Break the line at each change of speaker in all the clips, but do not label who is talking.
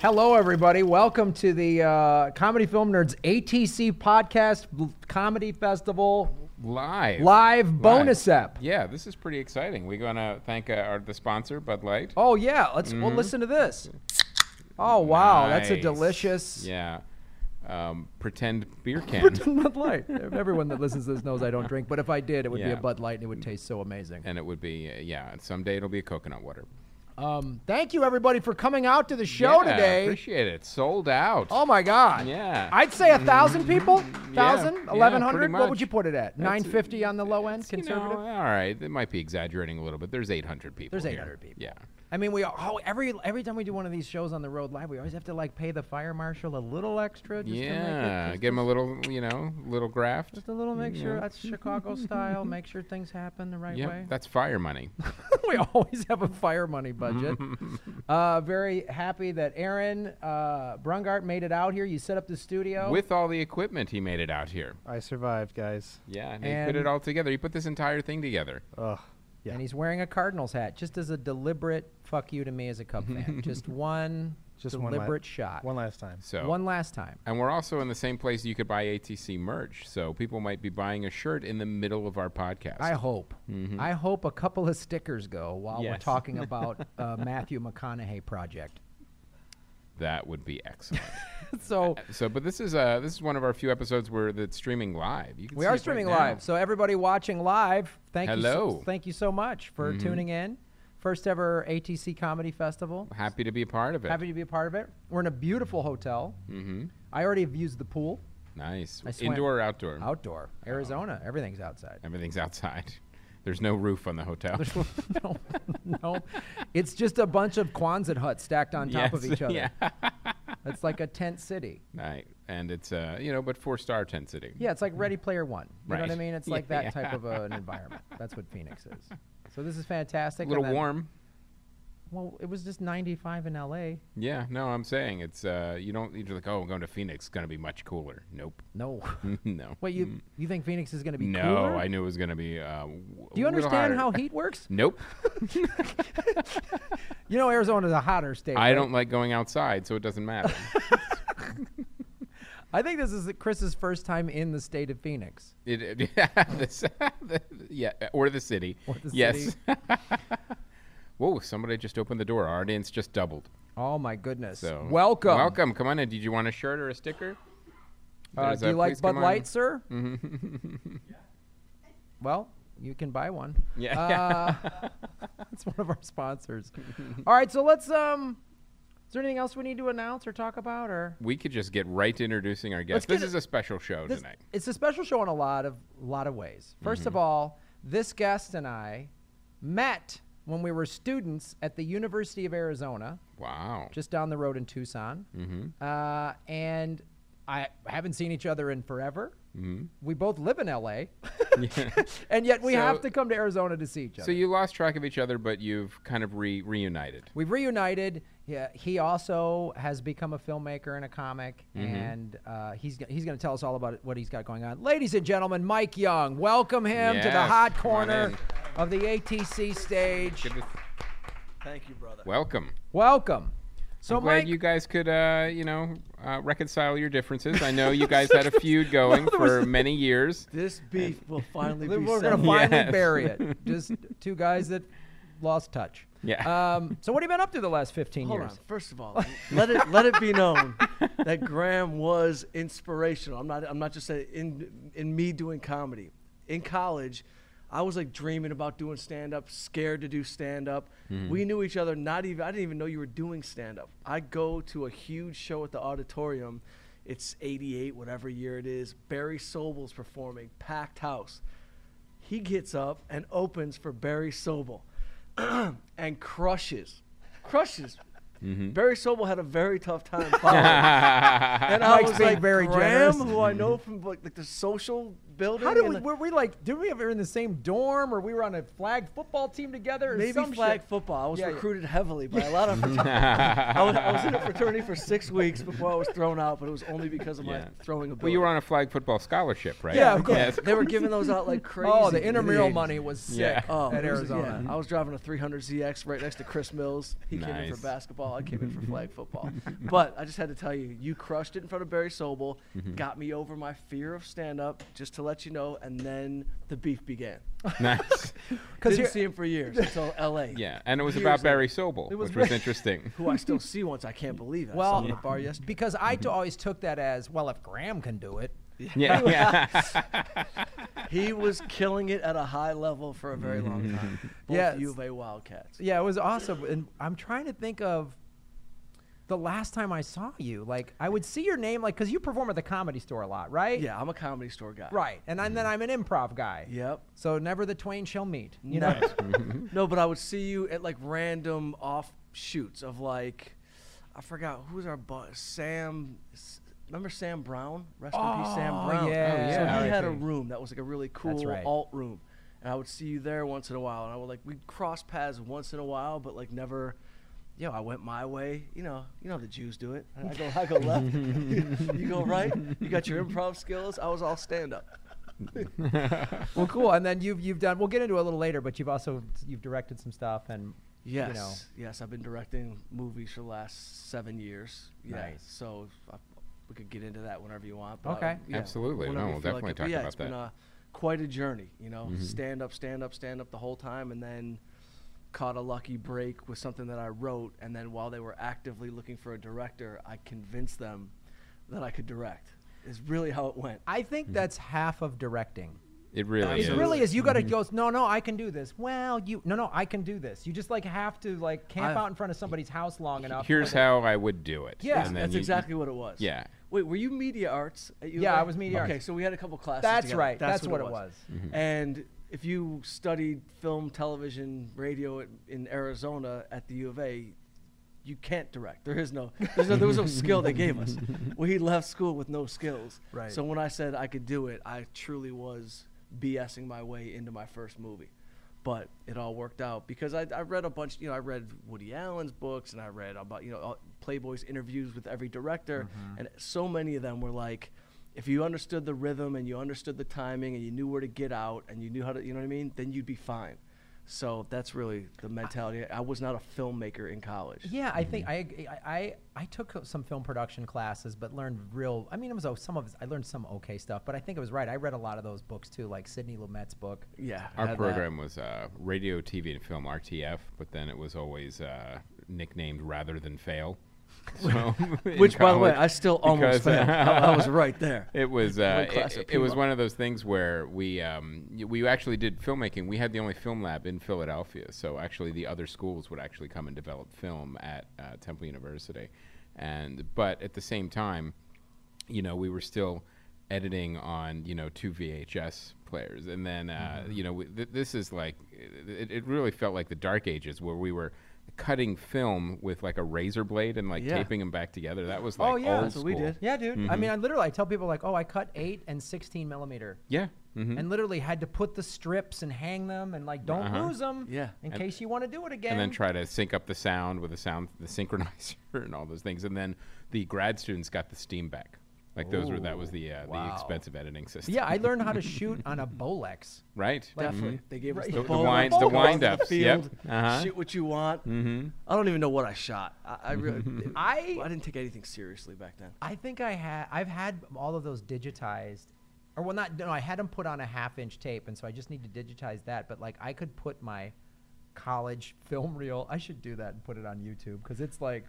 Hello, everybody. Welcome to the uh, Comedy Film Nerds ATC podcast L- comedy festival
Live.
live bonus app.
Yeah, this is pretty exciting. We're going to thank uh, our, the sponsor, Bud Light.
Oh yeah, let's well listen to this. Oh wow, that's a
Mm-hmm. Nice.
delicious
Yeah. Um, pretend beer can.
Bud Light. Everyone that listens to this knows I don't drink, but if I did, it would be a
Yeah. Mm.
Bud Light and it would taste so amazing.
and it would be, uh, yeah, and someday it'll be a coconut water.
Um, thank you everybody for coming out to the show
Yeah,
today.
Appreciate it. Sold out.
Oh my God!
Yeah. Mm-hmm.
I'd say a thousand people,
yeah,
thousand,
pretty
eleven hundred. What would
much.
you put it at? Nine fifty on the low end,
You know,
conservative.
all right. It might be exaggerating a little bit. There's 800 people.
There's
here.
800 people.
Yeah.
I mean, we oh, every every time we do one of these shows on the road live, we always have to like pay the fire marshal a little extra. Just to
yeah.
make it,
Give them a little, you know, little graft.
just a little make sure that's Chicago style. Make sure things happen the right
Yeah.
way.
That's fire money.
we always have a fire money budget. uh, very happy that Aaron uh, Brungart made it out here. You set up the studio.
With all the equipment, he made it out here.
I survived, guys.
Yeah, and, he put
And- Uh,
it all together. He put this entire thing together.
Ugh. Yeah.
and he's wearing a Cardinals hat, just as a deliberate fuck you to me as a Cub fan. just one,
Just one la-
deliberate shot.
One last time.
So
one last time.
and we're also in the same place you could buy ATC merch. So people might be buying a shirt in the middle of our podcast.
I hope. I hope a couple of stickers go while we're
Mm-hmm. Yes.
talking about uh, Matthew McConaughey project.
that would be excellent.
So
so, but this is uh this is one of our few episodes where that's streaming live. You can
we
see it
are
right
streaming
now.
live. So everybody watching live, thank you.
Hello. Mm-hmm.
So, thank you so much for tuning in. First ever ATC Comedy Festival.
Happy to be a part of it.
Happy to be a part of it. We're in a beautiful hotel. Mm-hmm. I already have used the pool,
nice.
I swam-
Indoor or outdoor?
outdoor,
Oh.
Arizona. Everything's outside.
Everything's outside. There's no roof on the hotel.
no, no, it's just a bunch of Quonset huts stacked on top of
Yes,
each other.
Yeah.
It's like a tent city.
Right. And it's uh you know, but four star tent city.
Yeah, it's like Ready Player One. You know what I
Right.
mean? It's
Yeah,
like that
yeah.
type of uh, an environment. That's what Phoenix is. So this is fantastic. and
A little
then-
warm.
Well, it was just 95 in LA.
Yeah, no, I'm saying it's uh you don't you're like, oh I'm going to Phoenix, it's gonna be much cooler. Nope.
No.
no. Mm.
Wait, you you think Phoenix is going to be
no,
cooler?
I knew it was going to be. Uh, w-
Do you
a little
understand
hotter.
how heat works?
Nope.
You know Arizona's a hotter state.
I
right?
don't like going outside, so it doesn't matter.
I think this is Chris's first time in the state of Phoenix.
it, it- this- the- yeah, or the city.
Or the
yes.
city.
Whoa! Somebody just opened the door. Our audience just doubled.
Oh my goodness.
So
welcome.
welcome. Come on in. Did you want a shirt or a sticker?
Uh,
There's
do
a-
you like
please come
Bud
on.
Light, sir? well, you can buy one.
Yeah.
Uh, it's one of our sponsors. All right, so let's. Um, is there anything else we need to announce or talk about, or
We could just get right to introducing our guest.
get
This
it-
is a special show
this,
tonight. Mm-hmm.
it's a special show in a lot of lot of ways. 1st of all, this guest and I met when we were students at the University of Arizona.
Wow.
just down the road in Tucson.
Mm-hmm.
Uh, and I haven't seen each other in forever. We both live in LA, and yet we
Mm-hmm. So-
have to come to Arizona to see each other.
so you lost track of each other, but you've kind of re- reunited.
We've reunited. Yeah, he also has become a filmmaker and a comic,
Mm-hmm.
and uh, he's go- he's going to tell us all about what he's got going on. Ladies and gentlemen, Mike Young, welcome him to the
Yes,
hot
come on
corner
in.
of the ATC stage.
Good to-
Thank you, brother.
Welcome.
Welcome. So,
I'm glad
Mike,
you guys could, uh, you know, uh, reconcile your differences. I know you guys had a feud going for many years.
This beef will finally be
We're gonna
settled.
find-
finally
Yes.
bury it. Just two guys that lost touch.
Yeah.
Um, so what have you been up to the last 15
Hold on.
years?
First of all, let it let it be known that Graham was inspirational. I'm not I'm not just saying in in me doing comedy. In college, I was like dreaming about doing stand up, scared to do stand up. We knew each other not even I didn't even know you were doing stand up. I go to a huge show at the auditorium. It's 88 whatever year it is. Barry Sobel's performing, packed house. he gets up and opens for Barry Sobel and crushes. Crushes.
Mm-hmm.
Barry Sobel had a very tough time following. and I
Mike's
was
being
like,
very
Graham,
generous.
who I know from like, like the social building.
How did
and,
we?
like,
Were we like? Did we ever in the same dorm, or we were on a flag football team together? Or
Maybe
some
flag
shit?
football. I was
Yeah, yeah.
recruited heavily by a lot of fraternities. I, was, I was in a fraternity for six weeks before I was thrown out, but it was only because of
Yeah.
my throwing ability.
Well, you were on a flag football scholarship, right?
Yeah, of course.
Yes.
They were giving those out like crazy.
Oh,
in
the intramural
80s.
money was sick
Yeah.
Oh,
at
it was-
Arizona.
yeah, I was driving a 300ZX right next to Chris Mills. He came in
Nice.
for basketball. I came in for flag football. But I just had to tell you, you crushed it in front of Barry Sobel,
Mm-hmm.
got me over my fear of stand up, just to let you know. And then the beef began.
Nice.
Because
Didn't
here,
see him for years until LA.
Yeah, and it was
Years
about
later.
Barry Sobel,
It was
which was
Barry-
interesting.
Who I still see once. I can't believe it. I saw
well,
him at a bar yesterday.
because I t- always took that as well. If Graham can do it,
Yeah, yeah.
He was killing it at a high level for a very long time. Both
Yes.
U of A Wildcats.
yeah, it was awesome. And I'm trying to think of the last time I saw you. Like, I would see your name, like, because you perform at the Comedy Store a lot, right?
Yeah, I'm a comedy store guy.
Right, and, and
Mm-hmm.
then I'm an improv guy.
Yep.
So never the twain shall meet. You
No.
know. Mm-hmm.
no, but I would see you at like random offshoots of like, I forgot who's our boss, Sam. S- Remember Sam Brown? Rest in peace, Sam
Oh,
Brown.
yeah.
So
Oh,
he
yeah.
had a
R.I.P..
room that was like a really cool
right.
alt room, and I would see you there once in a while, and I would like we'd cross paths once in a while, but like never. Yo, I went my way. You know, you know how the Jews do it. I go, I go left. you go right. You got your improv skills. I was all stand up.
well, cool. And then you've you've done. We'll get into it a little later, but you've also you've directed some stuff and
Yes,
you know.
yes, I've been directing movies for the last seven years. Yeah,
Nice.
So I, we could get into that whenever you want. but I-
Okay.
yeah,
Absolutely.
whenever
No,
you
we'll
feel
definitely
it. But
talk
yeah,
about
it's been
that. Mm-hmm.
uh, quite a journey, you know. Stand up, stand up, stand up the whole time, and then caught a lucky break with something that I wrote. And then while they were actively looking for a director, I convinced them that I could direct. Is really how it went.
I think that's half of directing.
It really
It
is.
really is. You got to
Mm-hmm.
go. No, no, I can do this. Well, you no, no, I can do this. You just like have to like camp
I-
out in front of somebody's house long enough.
Here's
where
how I would do it.
Yeah.
And then
That's
you-
exactly what it was.
Yeah.
Wait, were you media arts at U of
Yeah,
A?
I was media
okay,
arts.
so we had a couple classes.
That's
together.
right. That's what it
Mm-hmm.
And if you studied film, television, radio at- in Arizona at the U of A, you can't direct. There is no, there's no there was no skill they gave us. We left school with no skills.
Right.
So when I said I could do it, I truly was BSing my way into my first movie. But it all worked out because I, I read a bunch, you know, I read Woody Allen's books and I read about, you know, all- Playboy's interviews with every director.
Mm-hmm.
And so many of them were like, if you understood the rhythm and you understood the timing and you knew where to get out and you knew how to, you know what I mean, then you'd be fine. So that's really the mentality. I was not a filmmaker in college.
Yeah, I
Mm-hmm.
think I, ag- I I I took some film production classes, but learned real. I mean, it was oh, some of I learned some okay stuff, but I think it was right. I read a lot of those books too, like Sidney Lumet's book.
Yeah. I
Our
had that.
program was uh, radio, TV, and film (RTF), but then it was always uh, nicknamed "Rather Than Fail." So, in
Which, by the way,
college,
I still almost
because-
failed. I, I was right there.
It was uh,
class
it,
at
it was
Piedmont.
one of those things where we um, y- we actually did filmmaking. We had the only film lab in Philadelphia, so actually the other schools would actually come and develop film at uh, Temple University, and but at the same time, you know, we were still editing on you know two VHS players, and then uh, you know we, th- this is like it, it really felt like the dark ages where we were cutting film with like a razor blade and like
Yeah.
taping them back together. That was like
Oh, yeah,
old
that's
what we
school.
did.
Yeah, dude.
Mm-hmm.
I mean, I literally I tell people like, oh, I cut eight and sixteen millimeter.
Yeah. hmm
and literally had to put the strips and hang them and like don't
Uh-huh.
lose them
Yeah.
in
And-
case you want to do it again
and then try to sync up the sound with the sound the synchronizer and all those things and then the grad students got the steam back like those were that was the uh, the expensive editing system
yeah i learned how to shoot on a bolex
right Mm-hmm.
Definitely. They gave us
Right.
the,
The-
the
ball,
wind-
go
the
out to
wind-ups, yep.
field,
Uh-huh.
Shoot what you want. Mm-hmm. I don't even know what I shot. I, I really,
I-
I didn't take anything seriously back then.
i think i had i've had all of those digitized or well not no i had them put on a half inch tape and so i just need to digitize that but like i could put my college film reel i should do that and put it on youtube because it's like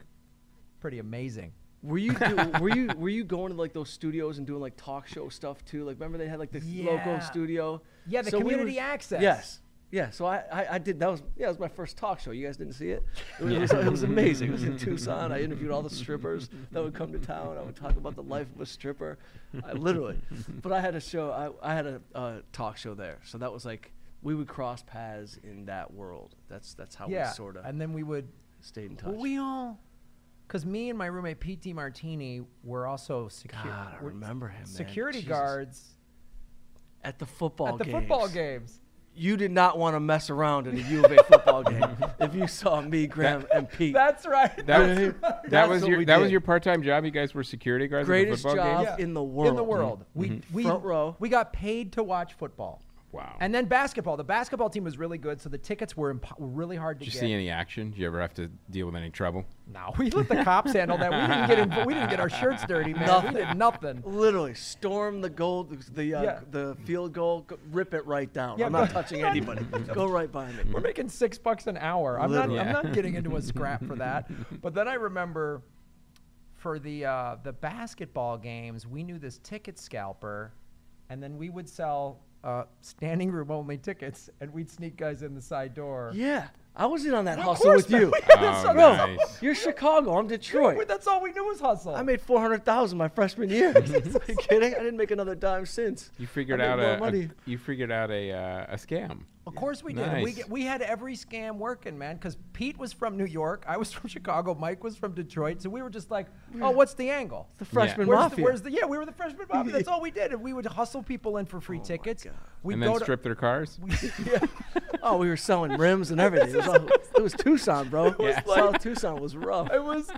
pretty amazing
Were you do, were you were you going to like those studios and doing like talk show stuff too? Like remember they had like the
Yeah.
local studio.
Yeah, the
we
community access.
Yes. Yeah, so I, I, I did that was yeah it was my first talk show. You guys didn't see it. It was, it was, it was amazing. It was in Tucson. I interviewed all the strippers that would come to town. I would talk about the life of a stripper, I, literally. But I had a show. I, I had a, a talk show there. So that was like we would cross paths in that world. That's that's how
yeah
we sort of
and then we would
stayed in touch.
Well, we all, because me and my roommate Pete Martini were also security.
God, I remember him, man.
Security
Jesus.
guards
at the football
at the
games.
football games.
You did not want to mess around at a U of A football game if you saw me, Graham, and Pete.
That's right.
That
That's
was,
right.
that
That's
was
what
your
we
that was
did.
your part time job. You guys were security guards
Greatest
at the football
job.
games.
in the
In the
world. Mm-hmm.
world. We we
Front row.
we got paid to watch football.
Wow.
And then basketball. The basketball team was really good, so the tickets were, impo- were really hard to
Did you
get.
see any action? Did you ever have to deal with any trouble?
No, we let the cops handle that. We didn't get in, we didn't get our shirts dirty, man.
Nothing.
We did nothing.
Literally storm the goal, the uh,
Yeah.
the field goal, go- rip it right down.
Yeah,
I'm not
but-
touching anybody. go right by me.
We're making six bucks an hour. I'm not,
Literally.
I'm not getting into a scrap for that. But then I remember for the uh, the basketball games, we knew this ticket scalper, and then we would sell uh, standing room only tickets, and we'd sneak guys in the side door.
Yeah, I was in on that
Of
hustle
course
with
not.
you.
That's
Oh,
not-
Bro,
nice.
you're Chicago. I'm Detroit.
That's all we knew was hustle.
I made four hundred thousand my freshman year. Are you kidding? I didn't make another dime since.
You figured
I made
out
more
a, a-
money.
you figured out a uh, a scam.
Of course we did. and We,
Nice.
get- we had every scam working, man, because Pete was from New York. I was from Chicago. Mike was from Detroit. So we were just like, oh, what's the angle?
the freshman
Where's the,
mafia.
where's the yeah? We were the freshman mafia. That's all we did, and we would hustle people in for free tickets. We
and then strip their cars.
oh, we were selling rims and everything. It was, all- it was Tucson, bro. South Tucson was rough.
it was,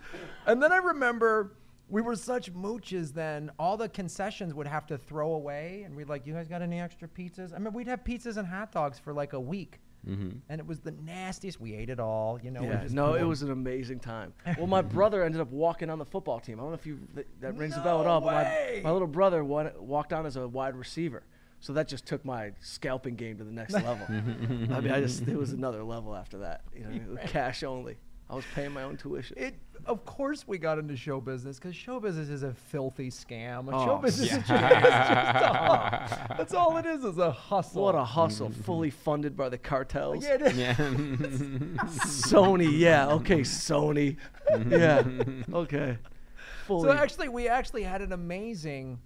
and then I remember we were such mooches. Then all the concessions would have to throw away, and we'd like, you guys got any extra pizzas? I mean, we'd have pizzas and hot dogs for like a week, and it was the nastiest. We ate it all, you know. we
Mm-hmm. Yeah,
just-
no, it was an amazing time. Well, my brother ended up walking on the football team. I don't know if you that, that rings a bell at
No
all, but
way!
my, my little brother won, walked on as a wide receiver. So that just took my scalping game to the next level. I mean, I just it was another level after that. You know, it was cash only. I was paying my own tuition.
It, of course, we got into show business because show business is a filthy scam.
Oh,
show business is just, it's just a hustle. That's all it is, is a hustle.
what a hustle! Fully funded by the cartels.
Yeah, it is.
Yeah.
Sony, yeah, okay, Sony, yeah, okay. Fully.
So actually, we actually had an amazing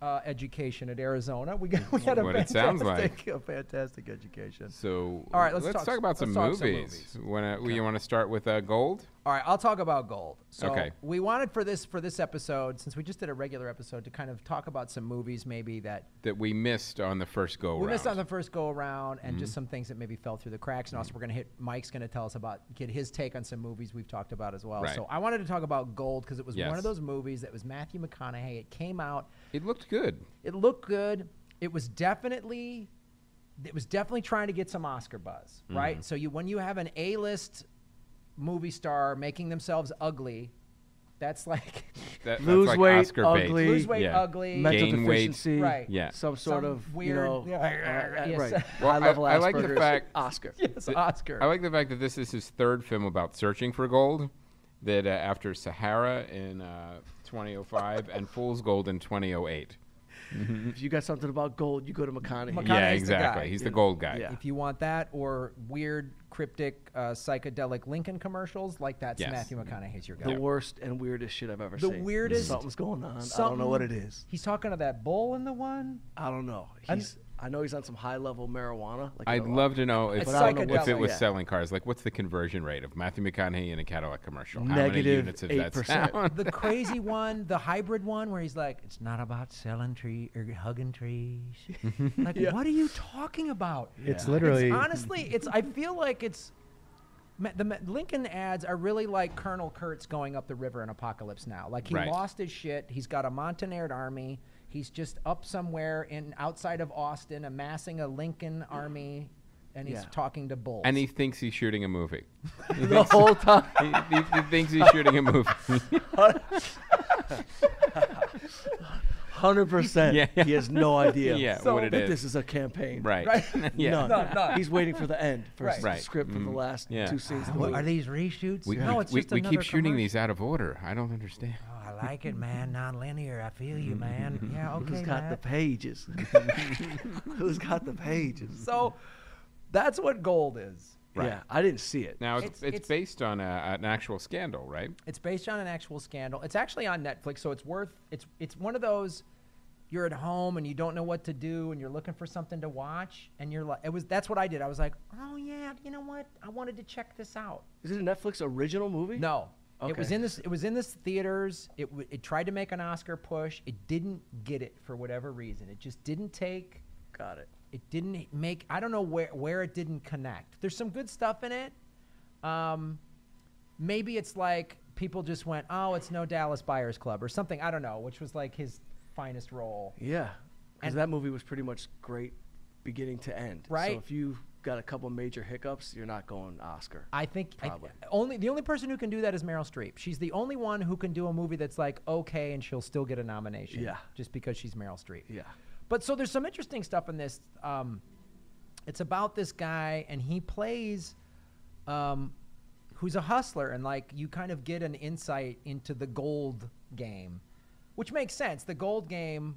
uh, education at Arizona. We got we had a
What it
fantastic,
sounds
a fantastic education.
so
All right, let's talk-
about
let's
some
talk some
movies. Wanna, You want to start with uh, Gold?
All right, I'll talk about gold. So
Okay.
we wanted for this for this episode, since we just did a regular episode, to kind of talk about some movies maybe that
that we missed on the first go Mm-hmm.
we
round.
missed on the first go around, and just some things that maybe fell through the cracks. And also, we're gonna hit Mike's gonna tell us about get his take on some movies we've talked about as well.
Right.
So I wanted to talk about Gold because it was one
Yes.
of those movies that was Matthew McConaughey. It came out
it looked good.
It looked good. It was definitely it was definitely trying to get some Oscar buzz,
Mm-hmm.
right? So you when you have an A-list movie star making themselves ugly, that's like
That, that's
Lose
like
weight,
Oscar bait.
ugly.
lose weight
Yeah.
ugly.
mental
Gain weight.
deficiency,
Right.
Yeah.
some sort
Some
of
weird-
you know,
yeah.
uh, uh,
Yes.
right, Uh,
Well,
high level
I- I like the
Asperger's.
fact-
Oscar.
Yes,
Th-
Oscar.
I like the fact that this is his third film about searching for gold. That uh, after Sahara in uh, 2005 and Fool's Gold in 2008.
If you got something about gold, you go to McConaughey.
McConaughey.
Yeah,
Connie's the guy,
exactly. He's
you
the
know.
gold guy.
Yeah.
if you want that or weird cryptic uh, psychedelic Lincoln commercials, like that's
Yes.
Matthew McConaughey's your
The
guy.
worst and weirdest shit I've ever
The
seen.
weirdest-
Something's going on. I don't know
Something-
what it is.
He's talking to that bull in the one.
I don't know.
I'm-
He's. I know he's on some high level marijuana. Like
I'd
a lot.
love to know if,
It's
if it
psychedelic.
was
Yeah.
selling cars. Like, what's the conversion rate of Matthew McConaughey in a Cadillac commercial? How many
Negative
units of that
8%.
sound?
the crazy one, the hybrid one, where he's like, "It's not about selling tree or hugging trees."
Mm-hmm.
like, what are you talking about?
It's
Yeah.
literally
It's honestly, it's. I feel like it's. Ma- The Ma- Lincoln ads are really like Colonel Kurtz going up the river in Apocalypse Now. Like he
Right.
lost his shit. He's got a Montanaired army. He's just up somewhere in outside of Austin, amassing a Lincoln army, and he's
Yeah.
talking to bulls.
And he thinks he's shooting a movie.
the whole time.
He, he, he thinks he's shooting a movie.
Hundred percent.
Yeah, yeah.
He has no idea.
Yeah, So- what it
that
is.
This is a campaign.
right.
Right?
yeah.
None.
None, none.
He's waiting for the end for
Right.
his
Right. Mm-hmm.
script for the last
Yeah.
two scenes. of the
What,
movie.
are these reshoots?
We,
no,
we-
it's
we-
just
we
another
keep shooting
commercial.
these out of order. I don't understand.
Oh, I like it, man. Non-linear. I feel you, man. Yeah, okay,
Who's got the
Matt.
pages? Who's got the pages?
So that's what gold is.
Yeah, I didn't see it.
Now, it's,
It's-
it's,
it's-
based on a, an actual scandal, right?
It's based on an actual scandal. It's actually on Netflix, so it's worth. It's it's one of those. You're at home and you don't know what to do, and you're looking for something to watch, and you're like, it was. That's what I did. I was like, oh yeah, you know what? I wanted to check this out.
Is it a Netflix original movie?
No. It was
Okay.
in this. It was in this theaters. It w- it tried to make an Oscar push. It didn't get it for whatever reason. It just didn't take.
Got it.
It didn't make. I don't know where where it didn't connect. There's some good stuff in it. Um, maybe it's like people just went, "Oh, it's no Dallas Buyers Club" or something. I don't know, which was like his finest role.
Yeah, because
And-
that movie was pretty much great, beginning to end.
Right.
So if you got a couple major hiccups, you're not going Oscar.
I think I-
Probably.
only the only person who can do that is Meryl Streep. She's the only one who can do a movie that's like okay, and she'll still get a nomination.
Yeah.
just because she's Meryl Streep.
yeah.
But so there's some interesting stuff in this. Um, it's about this guy, and he plays, um, who's a hustler, and like you kind of get an insight into the gold game, which makes sense. The gold game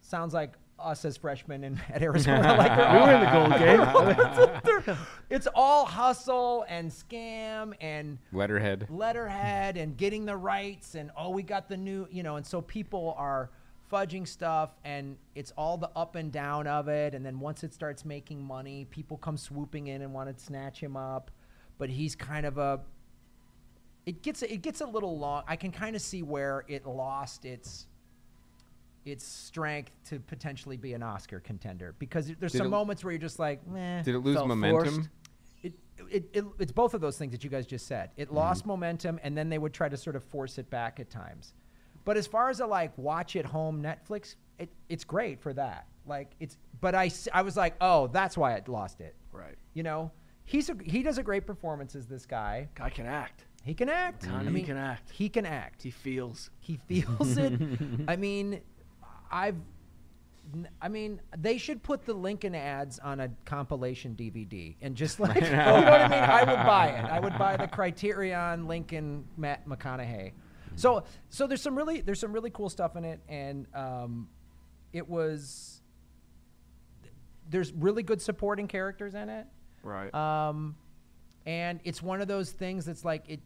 sounds like us as freshmen in, at Arizona. like
We were in the gold game.
they're- it's all hustle and scam and
Letterhead.
letterhead and getting the rights and oh we got the new you know and so people are fudging stuff and it's all the up and down of it and then once it starts making money people come swooping in and want to snatch him up but he's kind of a it gets it gets a little long i can kind of see where it lost its its strength to potentially be an oscar contender because there's
Did
some
it-
moments where you're just like Meh,
Did it lose
felt
momentum?
forced it, it, it it's both of those things that you guys just said.
Mm-hmm.
It lost momentum, and then they would try to sort of force it back at times. But as far as a like watch at home Netflix, it, it's great for that. Like it's, but I s- I was like, oh, that's why it lost it.
Right.
You know, he's a, he does a great performance as this guy.
Guy can act.
He can act.
Tony, Mm-hmm. he can act.
He can act.
He feels.
He feels it. I mean, I've. n- I mean, they should put the Lincoln ads on a compilation DVD and just like, you know what I mean? I would buy it. I would buy the Criterion Lincoln Matt McConaughey. So, so there's some really there's some really cool stuff in it, and um, it was there's really good supporting characters in it.
Right.
Um, and it's one of those things that's like it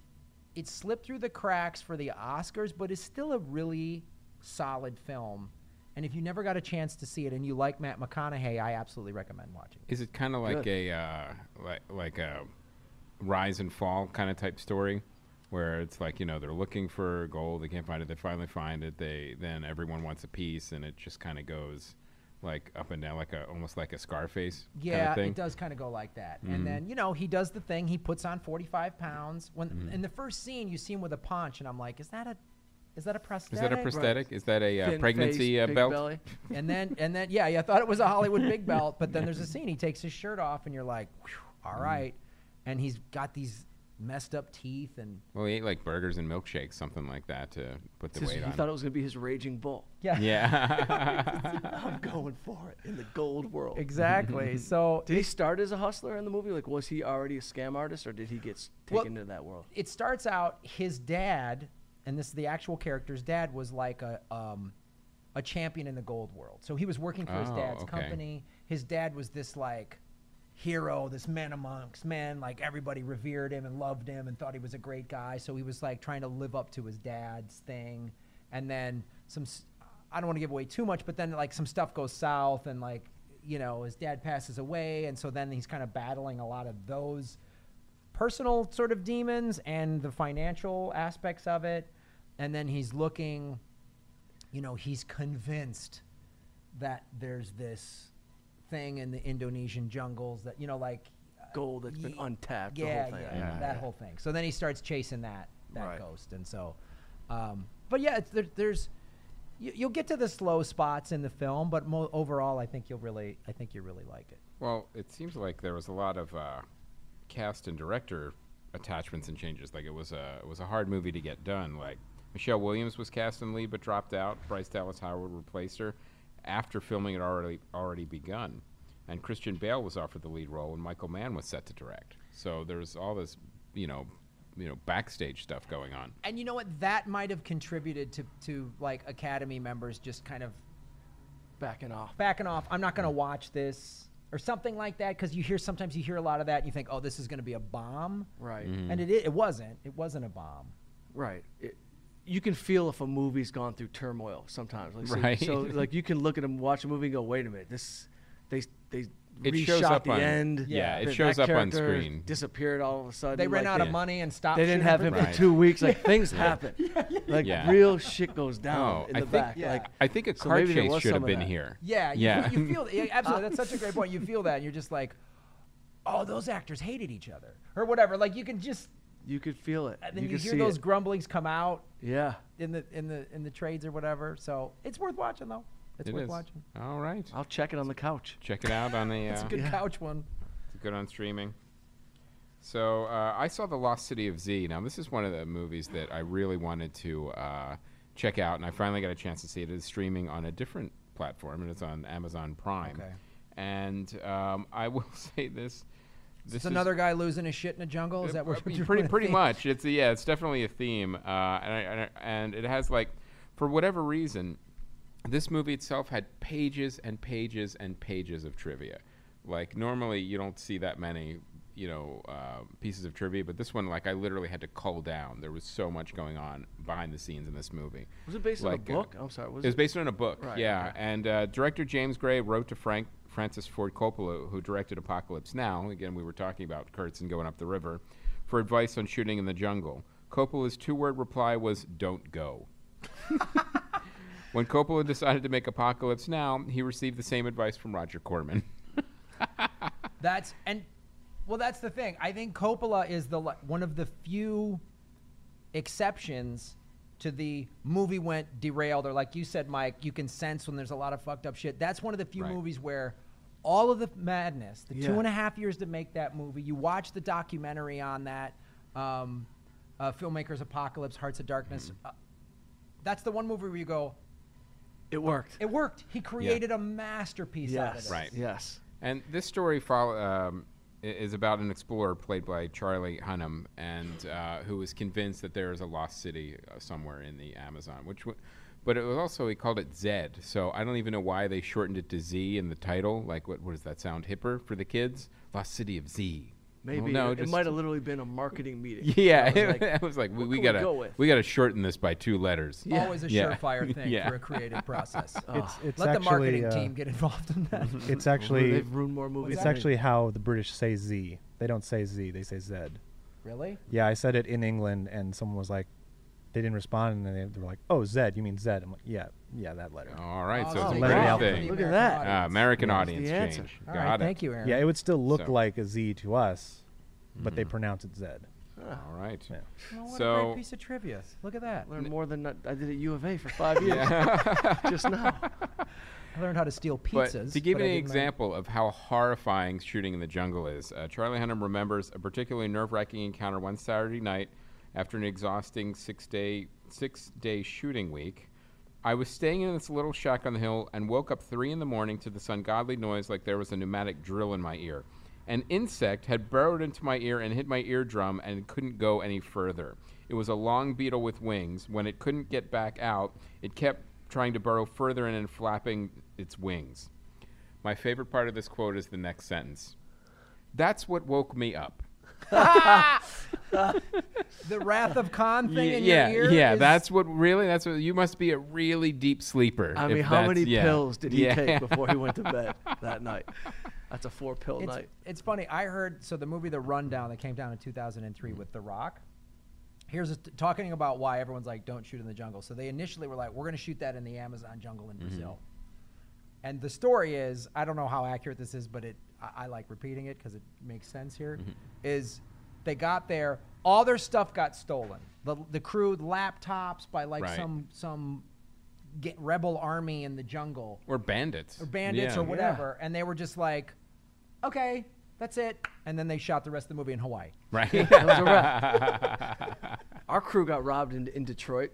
it slipped through the cracks for the Oscars, but it's still a really solid film. And if you never got a chance to see it and you like Matt McConaughey, I absolutely recommend watching. it.
Is it kind of like
Good.
a uh, like like a rise and fall kind of type story, where it's like you know they're looking for gold, they can't find it, they finally find it, they then everyone wants a piece, and it just kind of goes like up and down, like a almost like a Scarface kind
Yeah,
of thing.
it does kind of go like that. And then, you know, he does the thing. He puts on 45 pounds. When in the first scene, you see him with a punch, and I'm like, is that a is that a prosthetic?
Is that a prosthetic? Is that a uh,
Thin
pregnancy
face,
uh,
big
belt?
belly.
and then and then yeah, yeah, I thought it was a Hollywood big belt, but then there's a scene he takes his shirt off, and you're like, "Whew, all
Mm.
right, and he's got these messed up teeth, and
Well, he ate like burgers and milkshakes, something like that, to put the
This is-
weight
he
on.
thought it was gonna be his raging bull.
yeah,
yeah.
I'm going for it in the gold world.
exactly. So
Did he start as a hustler in the movie? Like, was he already a scam artist, or did he get s-
Well-
taken into that world?
it starts out his dad, and this is the actual character's dad was like a um, a champion in the gold world. So he was working for his
Oh,
dad's
okay.
company. His dad was this like hero, this man amongst men. Like everybody revered him and loved him and thought he was a great guy. So he was like trying to live up to his dad's thing, and then some. s- I don't want to give away too much, but then like some stuff goes south and like you know his dad passes away, and so then he's kind of battling a lot of those personal sort of demons and the financial aspects of it. And then he's looking, you know, he's convinced that there's this thing in the Indonesian jungles that, you know, like. uh,
Gold that's been
ye-
untapped.
Yeah,
the whole thing.
yeah,
Yeah,
that
yeah.
whole thing. So then he starts chasing that that
Right.
ghost, and so, um, but yeah, it's, there, there's you, you'll get to the slow spots in the film, but mo- overall, I think you'll really, I think you really like it.
Well, it seems like there was a lot of uh, cast and director attachments and changes. Like it was a it was a hard movie to get done. Like Michelle Williams was cast in lead but dropped out. Bryce Dallas Howard replaced her after filming had already already begun, and Christian Bale was offered the lead role, and Michael Mann was set to direct. So there was all this, you know, you know, backstage stuff going on.
and you know what that might have contributed to to like academy members just kind of
Backing off.
backing off i'm not going to watch this or something like that because you hear sometimes you hear a lot of that and you think oh this is going to be a bomb
Right.
Mm-hmm.
and it, i- it wasn't it wasn't a bomb
Right. It, you can feel if a movie's gone through turmoil sometimes. Like, so,
Right.
so like you can look at them, watch a movie, and go, "Wait a minute, this they they
It
reshot
shows up
the
on-
end.
yeah, it
That
shows up on
character
screen.
Disappeared all of a sudden.
They ran
like
out
the-
of money and stopped.
They didn't
shooting
have
for
him for
Right.
two weeks. Like things happen. Like
Yeah.
real shit goes down
Oh,
in
I
the
think-
back.
Yeah.
Like
I think a
So
car
maybe there
chase
was
should
some
have
of
been
that.
here.
Yeah, you,
Yeah.
You feel yeah, absolutely. That's such a great point. You feel that, and you're just like, oh, those actors hated each other, or whatever. Like you can just,
you could feel it.
and then you,
could
hear
see
those
It.
grumblings come out
Yeah.
in the in the in the trades or whatever. So it's worth watching though. It's
It
worth
is.
watching.
All right.
I'll check it on the couch.
Check it out on a.
It's a
uh,
good couch one.
It's good on streaming. So uh, I saw The Lost City of Z. Now this is one of the movies that I really wanted to uh, check out, and I finally got a chance to see it. It's streaming on a different platform, and it's on Amazon Prime.
Okay.
And um, I will say this: this
It's
is-
another guy losing his shit in a jungle. Is
uh,
that what
pre-
you're
pretty
gonna
pretty
think?
much? It's a, yeah, it's definitely a theme, uh, and, I, and I- and it has like, for whatever reason, this movie itself had pages and pages and pages of trivia. Like normally you don't see that many, you know, uh, pieces of trivia, but this one, like, I literally had to cull down. There was so much going on behind the scenes in this movie.
Was it based on a
Like, uh,
book? I'm sorry, was
it was
it-
based on a book.
Right,
yeah, and uh, director James Gray wrote to Frank Francis Ford Coppola, who directed Apocalypse Now. Again, we were talking about Kurtz and going up the river, for advice on shooting in the jungle. Coppola's two-word reply was "Don't go." when Coppola decided to make Apocalypse Now, he received the same advice from Roger Corman.
That's and well, that's the thing. I think Coppola is the li- one of the few exceptions to the movie went derailed or like you said, Mike. You can sense when there's a lot of fucked up shit. That's one of the few
Right.
movies where all of the madness, the
Yeah.
two and a half years to make that movie, you watch the documentary on that. Um, uh, filmmakers Apocalypse, Hearts of Darkness.
Mm-hmm.
Uh, that's the one movie where you go,
It worked.
it worked. He created a masterpiece out of
yes.
this.
Right.
Yes.
And this story follow, um, i- is about an explorer played by Charlie Hunnam, and uh, who was convinced that there is a lost city uh, somewhere in the Amazon. Which, w- but it was also he called it Zed. So I don't even know why they shortened it to Z in the title. Like, what, what does that sound hipper for the kids? Lost City of Z. Well,
Maybe
no,
it, it
just-
might have literally been a marketing meeting.
Yeah,
It was like,
I was like, we,
what
we
can we
gotta
go with?
we gotta shorten this by two letters.
Always a
Yeah.
surefire thing
Yeah.
for a creative process.
It's- it's
Let the
actually,
marketing
uh,
team get involved in that.
Mm-hmm.
It's actually
they've ruined more movies.
it's
than me.
actually how the British say Z. They don't say Z. They say Zed.
really?
Yeah, I said it in England, and someone was like, they didn't respond, and they, they were like, "Oh, Zed, you mean Zed?" I'm like, "Yeah, yeah, that letter."
All right, so
Oh,
it's a
Let it
British
out.
thing.
Look at
American
that.
Uh,
audience.
There's
American
the
audience
answer.
change.
All
Got
right,
it.
thank you, Aaron.
Yeah, it would still look
So-
like a Z to us, but they pronounce it Zed.
All right.
Yeah.
Oh, what a
So-
great piece of trivia. Look at that.
learned more than I did at U of A for five years just now.
I learned how to steal
But
pizzas.
to give
but I
you
didn't
an
learn-
example of how horrifying shooting in the jungle is, uh, Charlie Hunnam remembers a particularly nerve-wracking encounter one Saturday night after an exhausting six-day six-day shooting week. I was staying in this little shack on the hill and woke up three in the morning to this ungodly noise, like there was a pneumatic drill in my ear. An insect had burrowed into my ear and hit my eardrum and couldn't go any further. It was a long beetle with wings. When it couldn't get back out, it kept trying to burrow further in and flapping its wings. My favorite part of this quote is the next sentence. That's what woke me up.
The Wrath of Khan thing in
yeah,
your ear.
yeah.
is-
That's what really. That's what you must be a really deep sleeper.
I
if
mean, how
that's-
many
yeah.
pills did he
Yeah.
take before he went to bed that night? That's a four pill
It's,
night.
it's funny. I heard so the movie The Rundown that came down in 2003 with The Rock. Here's a, talking about why everyone's like, don't shoot in the jungle. So they initially were like, we're going to shoot that in the Amazon jungle in Brazil. And the story is, I don't know how accurate this is, but it I, I like repeating it because it makes sense here. Is they got there, all their stuff got stolen. The the crew laptops by like
Right.
some some get rebel army in the jungle
Or bandits.
or bandits
Yeah.
or whatever, and they were just like, okay, that's it, and then they shot the rest of the movie in Hawaii.
Right.
That was a wrap. Our crew got robbed in, in Detroit.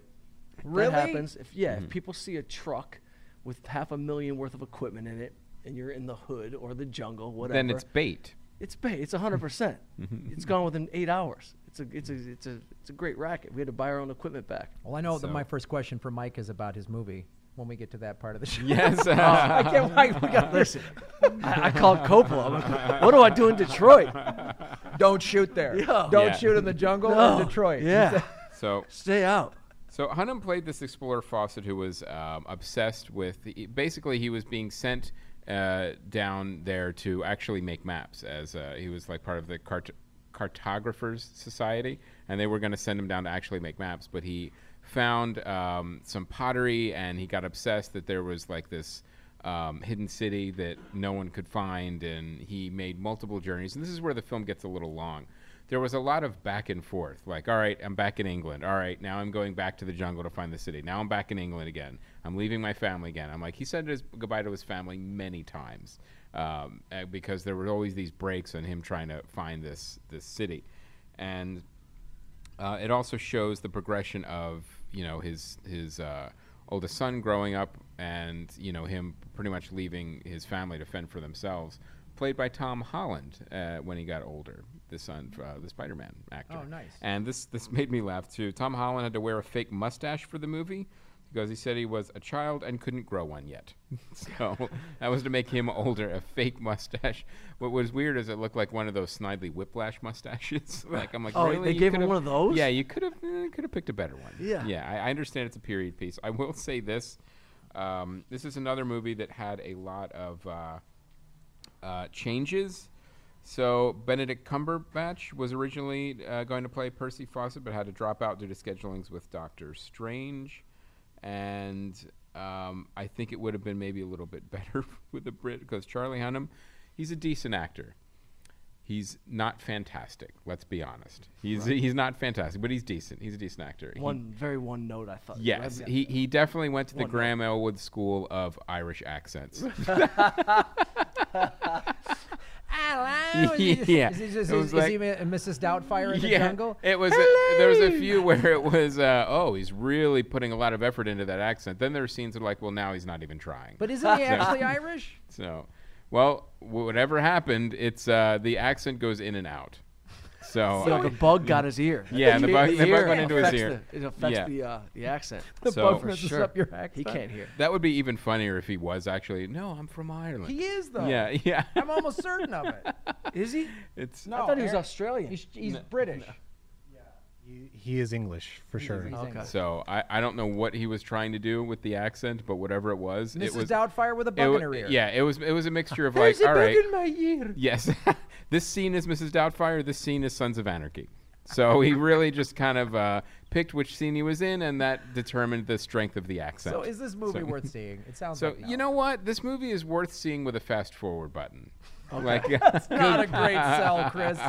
Really?
That happens. If, yeah,
Mm-hmm.
if people see a truck with half a million worth of equipment in it, and you're in the hood or the jungle, whatever,
then it's bait.
it's paid. It's hundred percent.
Mm-hmm.
It's gone within eight hours. It's a it's a it's a it's a great racket. We had to buy our own equipment back.
Well, I know
So-
that my first question for Mike is about his movie when we get to that part of the show. Oh,
Yes.
I can't wait. We got this.
Listen, I, I called Coppola. I'm like, what do I do in Detroit?
Don't shoot there.
Yeah.
Don't
Yeah.
shoot in the jungle
No.
in Detroit. He
Oh, Yeah,
said-
so
stay out.
So Hunnam played this explorer Fawcett who was um, obsessed with. Basically, he was being sent uh, down there to actually make maps. As uh, he was like part of the cart- cartographers society, and they were going to send him down to actually make maps. But he found um, some pottery, and he got obsessed that there was like this um, hidden city that no one could find, and he made multiple journeys. And this is where the film gets a little long. There was a lot of back and forth, like, all right, I'm back in England. All right, now I'm going back to the jungle to find the city. Now I'm back in England again. I'm leaving my family again. I'm like, he said his goodbye to his family many times um, uh, because there were always these breaks on him trying to find this this city, and uh, it also shows the progression of you know his his uh, oldest son growing up and you know him pretty much leaving his family to fend for themselves. Played by Tom Holland uh, when he got older, the son, uh, the Spider-Man actor.
Oh, nice.
And this this made me laugh too. Tom Holland had to wear a fake mustache for the movie because he said he was a child and couldn't grow one yet. so that was to make him older, a fake mustache. What was weird is it looked like one of those Snidely Whiplash mustaches. like I'm like,
Oh,
really?
they
You
gave him
could've-
one of those?
Yeah, you could have could have picked a better one.
Yeah.
yeah. I, I understand it's a period piece. I will say this: um, this is another movie that had a lot of. Uh, uh, changes. So Benedict Cumberbatch was originally uh, going to play Percy Fawcett, but had to drop out due to schedulings with Doctor Strange, and um, I think it would have been maybe a little bit better with a Brit because Charlie Hunnam, he's a decent actor. He's not fantastic. Let's be honest. He's he's not fantastic, but he's decent. He's a decent actor. He-
One very one note, I thought.
Yes, he, he definitely went to the
One note.
Graham Elwood School of Irish accents.
Hello. Is he,
Yeah.
Is he, just,
It was
is, is he Mrs. Doubtfire in the jungle?
It was a, there was a few where it was uh, oh he's really putting a lot of effort into that accent. Then there are scenes that are like well now he's not even trying.
But isn't he actually Irish?
so well whatever happened it's uh, the accent goes in and out. So, uh,
So the bug got his ear.
Yeah, the bug- the bug
ear
went into his
affects
ear.
the- it affects
Yeah.
the uh, the accent.
The
So-
bug
For
messes
sure.
up your accent.
He can't hear.
that would be even funnier if he was actually no I'm from Ireland.
He is though.
yeah yeah
I'm almost certain of it.
Is he?
it's
No,
I thought he was
Eric-
Australian.
He's, he's British.
He, he is English for sure.
He's
Okay.
English.
so I, I don't know what he was trying to do with the accent but whatever it was it
Mrs.
was
Doubtfire with a
it
bug
wa-
in her ear.
yeah it was it was a mixture of like all right
my ear.
Yes. this scene is Mrs. Doubtfire. This scene is Sons of Anarchy. So he really just kind of uh, picked which scene he was in, and that determined the strength of the accent.
So is this movie
So-
worth seeing? It sounds
So
like no.
you know what? This movie is worth seeing with a fast forward button.
That's not a great sell, Chris.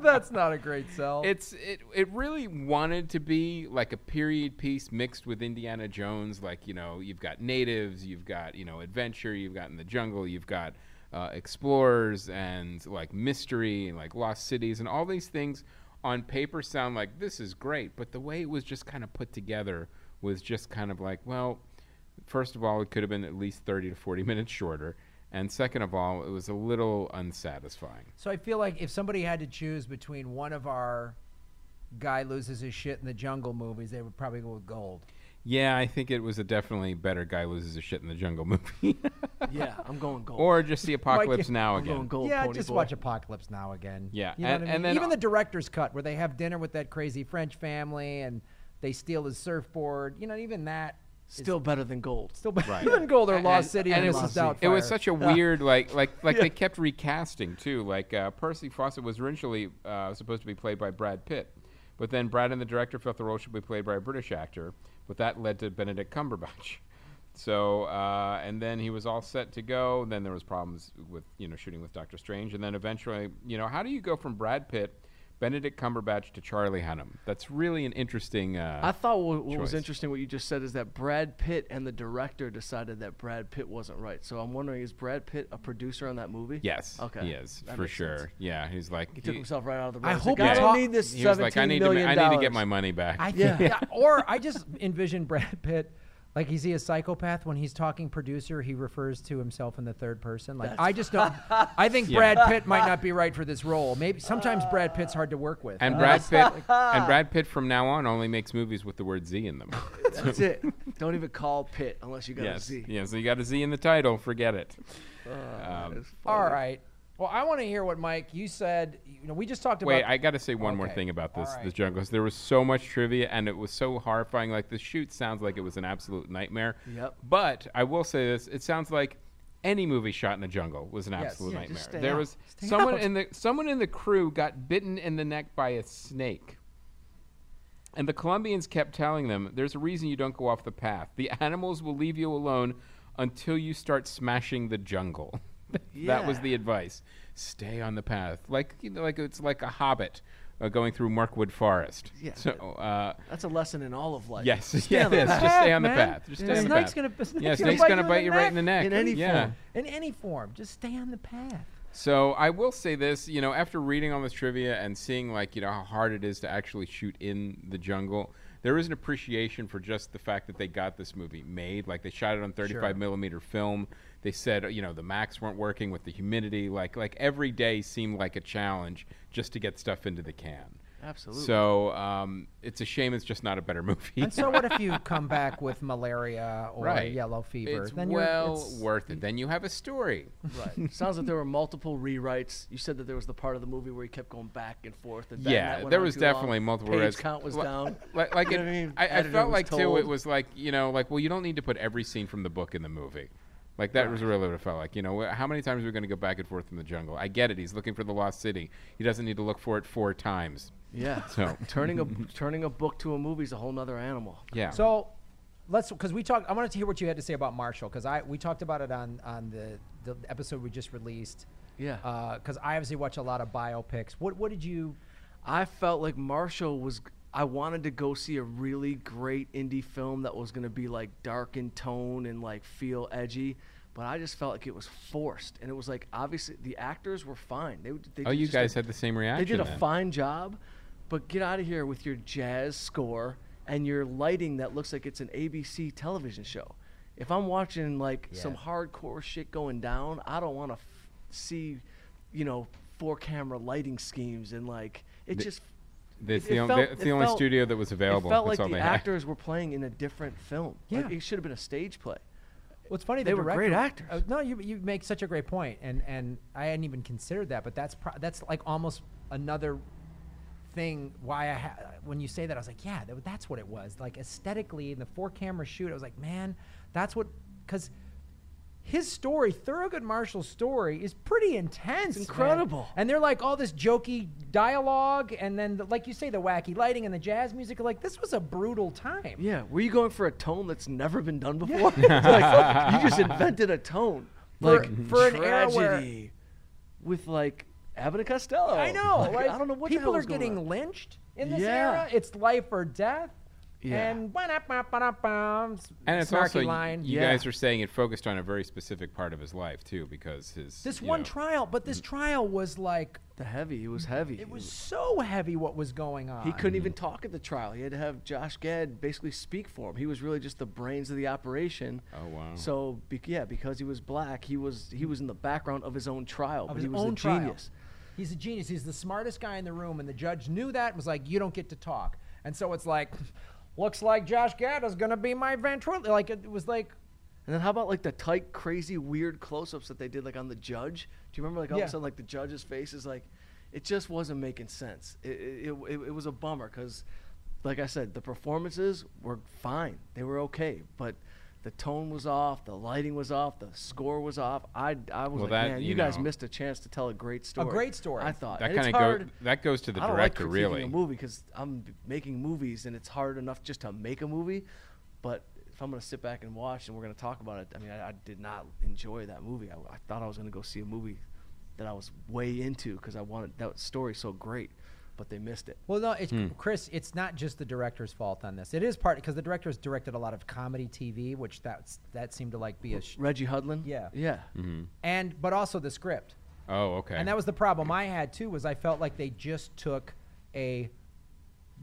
That's not a great sell.
It's it it really wanted to be like a period piece mixed with Indiana Jones. Like you know, you've got natives, you've got you know adventure, you've got in the jungle, you've got uh, explorers and like mystery and like lost cities and all these things on paper sound like this is great, but the way it was just kind of put together was just kind of like well. First of all, it could have been at least 30 to 40 minutes shorter. And second of all, it was a little unsatisfying.
so I feel like if somebody had to choose between one of our guy loses his shit in the jungle movies, they would probably go with gold.
Yeah, I think it was a definitely better guy loses his shit in the jungle movie,
yeah, I'm going gold.
or just the apocalypse
Mikey,
now
I'm going
again.
gold.
yeah,
pony
just
boy.
watch Apocalypse Now again.
Yeah,
you know what
and-
I mean?
and then-
even the director's cut where they have dinner with that crazy French family and they steal his surfboard. You know, even that is
Still better than gold.
still better than Gold or Lost City and,
it
Mrs.
was-
Doubtfire.
It was such a weird, like, like, like they kept recasting too. Like uh, Percy Fawcett was originally uh, supposed to be played by Brad Pitt, but then Brad and the director felt the role should be played by a British actor, but that led to Benedict Cumberbatch. So, uh, and then he was all set to go. Then there was problems with you know shooting with Doctor Strange, and then eventually, you know, how do you go from Brad Pitt, Benedict Cumberbatch to Charlie Hunnam? That's really an interesting. Uh,
I thought what, what
choice.
was interesting what you just said is that Brad Pitt and the director decided that Brad Pitt wasn't right. So I'm wondering, is Brad Pitt a producer on that movie?
yes,
Okay.
he is
That
for
makes
sure.
sense.
Yeah, he's like
He took
he-
himself right out of the.
I
road. He's
hope
like, I
it's
don't
not-
need this
He was like, I
seventeen
need
million
to, ma- I need to get
dollars."
my money back.
I think,
Yeah.
yeah. Or I just envision Brad Pitt like is he a psychopath when he's talking producer he refers to himself in the third person like i just don't i think brad pitt might not be right for this role maybe sometimes brad pitt's hard to work with
and
Uh,
Brad Pitt, and Brad Pitt from now on only makes movies with the word Z in them.
That's it. Don't even call Pitt unless you got a
yes,
Z.
yeah. um, So you got a Z in the title. Forget it.
That is funny.
all right well i want to hear what mike you said you know we just talked
Wait,
about
I got to say one more
Okay,
thing about this
alright.
this jungle. 'cause There was so much trivia, and it was so horrifying. Like the shoot sounds like it was an absolute nightmare.
Yep.
But I will say this: it sounds like Any movie shot in a jungle was an
Yes.
absolute
Yeah,
nightmare.
just stay
There
out.
was
Stay
someone
out.
in the someone in the crew got bitten in the neck by a snake. And the Colombians kept telling them, "There's a reason you don't go off the path. The animals will leave you alone until you start smashing the jungle." that was
Yeah.
the advice. Stay on the path, like you know, like it's like a hobbit uh, going through Markwood Forest.
Yeah.
So, uh,
That's a lesson in all of life.
yes,
Stay
yeah,
on the
yes,
path.
just stay on the
man.
path. Just
Yeah.
stay on the
Snake's
path.
gonna- snake's
yeah,
gonna
snake's
bite
gonna
you in
bite
the
you right in the neck.
neck. In any
yeah.
form.
In any form, just stay on the path.
So I will say this, you know, after reading all this trivia and seeing like, you know, how hard it is to actually shoot in the jungle, there is an appreciation for just the fact that they got this movie made. Like they shot it on 35
Sure.
millimeter film. They said, you know, the Macs weren't working with the humidity. Like, like every day seemed like a challenge just to get stuff into the can.
Absolutely.
So um, it's a shame it's just not a better movie.
And so, what if you come back with malaria or yellow fever?
It's
you're-
well
it's-
worth it. Then you have a story.
Right. Sounds like there were multiple rewrites. You said that there was the part of the movie where he kept going back and forth. And that- and that
yeah,
went
there
on
was
too long.
definitely multiple
Page
res-
count was
li-
down.
Like, like
You
it,
know what I mean?
I, I
Editor
felt
was
like too. It
told.
was like you know, like well, you don't need to put every scene from the book in the movie. Like that was really what it felt like. You know, wh- how many times are we going to go back and forth in the jungle? I get it. He's looking for the lost city. He doesn't need to look for it four times.
Yeah.
So
turning a turning a book to a movie is a whole nother animal.
yeah.
So, let's because we talked. I wanted to hear what you had to say about Marshall because I we talked about it on on the the episode we just released.
Yeah.
Because I obviously watch a lot of biopics. What what did you?
I felt like Marshall was. I wanted to go see a really great indie film that was going to be like dark in tone and like feel edgy, but I just felt like it was forced. And it was like obviously the actors were fine. They, they
oh,
did
you
just a-
guys had the same reaction.
They did a
then.
fine job, but get out of here with your jazz score and your lighting that looks like it's an ABC television show. If I'm watching like some
Yeah.
hardcore shit going down, I don't want to f- see, you know, four camera lighting schemes and like it
The-
just.
It's
it-
the,
it
on-
felt-
it's
it
the only
felt-
studio that was available.
It felt
That's
like
all
the
they had.
actors were playing in a different film. Like,
Yeah.
it should have been a stage play.
What's funny?
They
the
were
director,
great actors.
Uh, no, you you make such a great point, and and I hadn't even considered that, but that's pro- that's like almost another thing why I ha- when you say that I was like, yeah, that, that's what it was. Like aesthetically in the four camera shoot, I was like, man, that's what because his story, Thurgood Marshall's story, is pretty intense. man.
incredible.
And they're like all this jokey dialogue, and then the, like you say, the wacky lighting and the jazz music. Like this was a brutal time.
Yeah, were you going for a tone that's never been done before? like, you just invented a tone,
For-
like
for an era
tragedy,
where-
with like Abbott and Costello.
I know.
Like,
like,
Oh, I don't know what the
people
hell
are
is going
getting
on.
lynched in this
Yeah.
era. It's life or death.
Yeah.
And ba-da-ba-ba-da-bum, s-
And it's
snarky
also y-
line.
you
Yeah.
guys are saying it focused on a very specific part of his life too, because his
This
you
one
know-
trial, but
Mm.
this trial was like
the heavy. It was heavy.
it was so heavy what was going on.
He couldn't even talk at the trial. He had to have Josh Gad basically speak for him. He was really just the brains of the operation.
Oh, wow.
So be- yeah, because he was black, he was he was in the background of his own trial.
of
but
his
he was
own
a
trial.
genius.
He's a genius. He's the smartest guy in the room, and the judge knew that and was like, "You don't get to talk." And so it's like, looks like Josh Gad is gonna be my ventriloquist. Like it was like,
And then how about like the tight, crazy, weird close-ups that they did like on the judge? Do you remember like all
Yeah.
of a sudden like the judge's face is like, it just wasn't making sense. It it, it, it- it was a bummer because, like I said, the performances were fine, they were okay, but the tone was off, the lighting was off, the score was off. I I was
Well,
like,
that,
man,
you
you, guys
know-
missed a chance to tell a great story.
great story.
I thought
That
Uh, And it's
kind of
hard-
go, that goes to the
I don't
director,
like critiquing
really.
A movie because I'm b- making movies and it's hard enough just to make a movie, but if I'm gonna sit back and watch and we're gonna talk about it, I mean, I, I did not enjoy that movie. I, I thought I was gonna go see a movie that I was way into because I wanted that story so great, but they missed it.
Well, no, it's Chris. It's not just the director's fault on this. It is part because the director's directed a lot of comedy TV, which that's that seemed to like be a sh-
Reggie Hudlin.
Yeah.
Yeah.
Mm-hmm.
and but also the script.
Oh, okay.
And that was the problem I had too. Was I felt like they just took a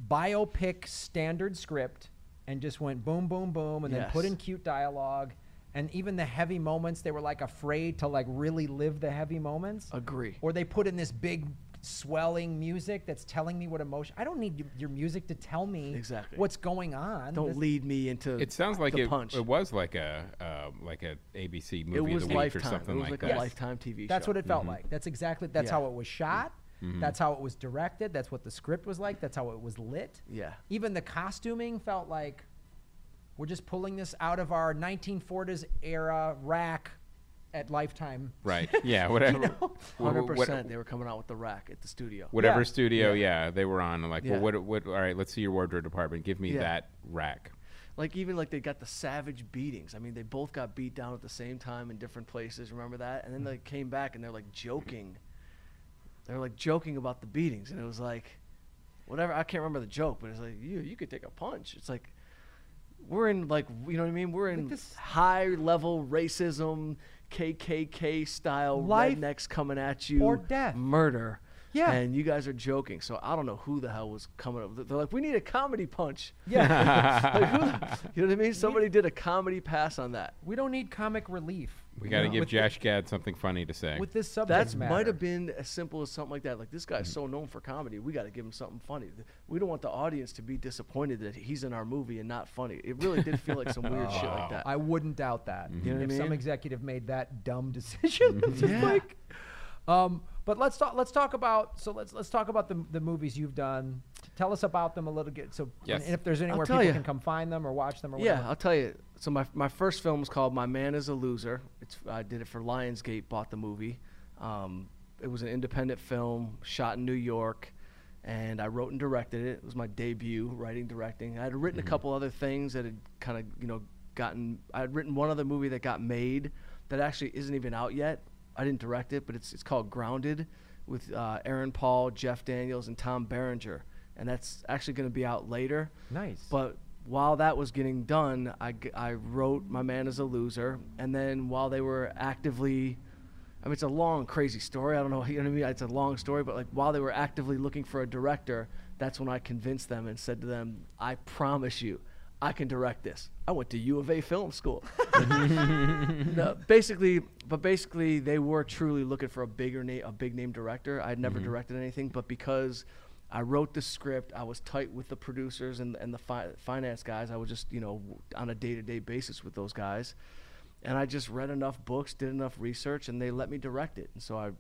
biopic standard script and just went boom, boom, boom, and then put
Yes.
in cute dialogue. And even the heavy moments, they were like afraid to like really live the heavy moments.
Agree.
Or they put in this big swelling music that's telling me what emotion. I don't need y- your music to tell me
Exactly.
what's going on.
Don't
This-
lead me into.
it sounds like
the
it,
punch.
it was like a um, like a ABC movie
It
of
was
the week
lifetime.
or something
it was
like,
like, a
that.
lifetime TV
That's
show.
what it felt like. That's exactly that's
Mm-hmm. Yeah. Mm-hmm.
how it was shot. That's how it was directed. That's what the script was like. That's how it was lit.
Yeah.
Even the costuming felt like we're just pulling this out of our 1940s era rack at Lifetime.
Right. Yeah. Whatever. wh- wh- what-
Hundred percent. They were coming out with the rack at the studio.
whatever
Yeah.
studio, yeah. they were on. Like,
Yeah.
well, what, what? All right, let's see your wardrobe department. Give me
Yeah.
that rack.
Like even like they got the savage beatings. I mean, they both got beat down at the same time in different places. Remember that? And then they came back and they're like joking. They were like joking about the beatings, and it was like, whatever. I can't remember the joke, but it's like you you could take a punch. It's like we're in like you know what I mean. We're in
this-
high level racism, KKK style
Life
rednecks coming at you
or death.
murder.
Yeah.
And you guys are joking, so I don't know who the hell was coming up. They're like, we need a comedy punch.
Yeah.
Like, who the- you know what I mean? Somebody did a comedy pass on that.
we don't need comic relief.
We got to
No.
give
with
Josh Gad something funny to say.
The, with this subject
That
matter.
might have been as simple as something like that. Like this guy's so known for comedy, we got to give him something funny. Th- We don't want the audience to be disappointed that he's in our movie and not funny. It really did feel like some weird shit like that.
I wouldn't doubt that.
You know what I
if some
mean?
executive made that dumb decision, it's just
Yeah.
like. Um, but let's talk. Let's talk about. So let's let's talk about the the movies you've done. T- Tell us about them a little bit. So
Yes.
and if there's anywhere
tell
people
ya.
can come find them or watch them or
Yeah,
whatever.
I'll tell you. So my my first film was called My Man Is a Loser. It's I did it for Lionsgate. Bought the movie. Um, it was an independent film shot in New York, and I wrote and directed it. It was my debut writing directing. I had written a couple other things that had kind of you know gotten. I had written one other movie that got made that actually isn't even out yet. I didn't direct it, but it's it's called Grounded with uh, Aaron Paul, Jeff Daniels, and Tom Berenger, and that's actually going to be out later.
Nice.
But while that was getting done, I, g- I wrote My Man is a Loser. And then while they were actively, I mean, it's a long, crazy story. I don't know, you know what I mean? It's a long story, but like while they were actively looking for a director, that's when I convinced them and said to them, I promise you, I can direct this. I went to U of A film school. no,
Mm-hmm.
basically, but basically, they were truly looking for a bigger name, a big name director. I'd
Mm-hmm.
never directed anything, but because I wrote the script, I was tight with the producers and and the fi- finance guys. I was just you know w- on a day to day basis with those guys, and I just read enough books, did enough research, and they let me direct it. And so I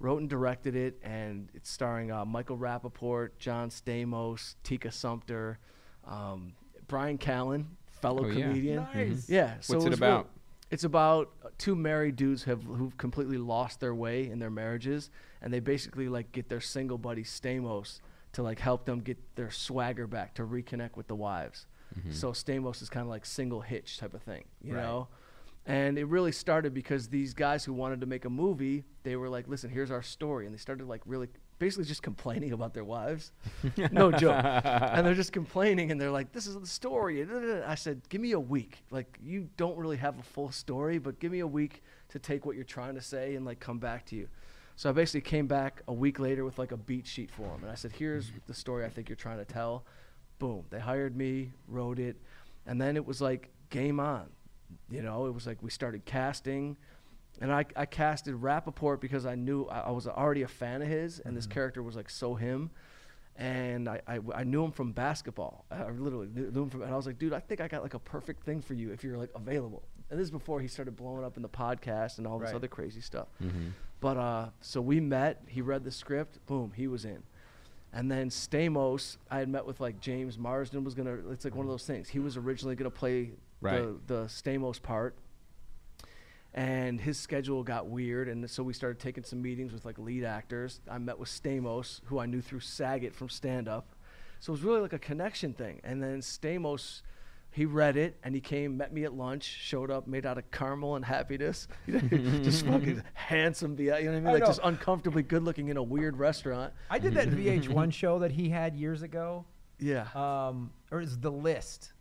wrote and directed it, and it's starring uh, Michael Rappaport, John Stamos, Tika Sumpter, um, Brian Callen, fellow
Oh, yeah.
comedian.
Nice.
Yeah. Mm-hmm. So
What's it
was real-
about?
it's about uh, two married dudes have who've completely lost their way in their marriages, and they basically like get their single buddy Stamos to like help them get their swagger back to reconnect with the wives.
Mm-hmm.
So Stamos is kind of like single hitch type of thing, you
Right.
know. And it really started because these guys who wanted to make a movie, they were like, "Listen, here's our story," and they started like really basically just complaining about their wives. no joke. And they're just complaining, and they're like, "This is the story." and da, da, da." I said, "Give me a week. Like, you don't really have a full story, but give me a week to take what you're trying to say and like come back to you." So I basically came back a week later with like a beat sheet for them, and I said, "Here's the story I think you're trying to tell." Boom. They hired me, wrote it, and then it was like game on. You know, it was like we started casting. And I, I casted Rappaport because I knew I, I was already a fan of his, and this character was like so him. And I, I, I knew him from basketball. I I literally knew knew him from, and I was like, dude, I think I got like a perfect thing for you if you're like available. And this is before he started blowing up in the podcast and all this
Right.
other crazy stuff. But uh, so we met. He read the script. Boom, he was in. And then Stamos, I had met with like James Marsden was gonna. It's like one of those things. He was originally gonna play the,
Right.
the Stamos part, and his schedule got weird and so we started taking some meetings with like lead actors i met with stamos who i knew through saget from stand up so it was really like a connection thing and then stamos he read it and he came met me at lunch showed up made out of caramel and happiness just fucking handsome be you know what i mean
I
like
know.
just uncomfortably good looking in a weird restaurant
I did
Mm-hmm.
that VH1 show that he had years ago.
yeah
um, or is the list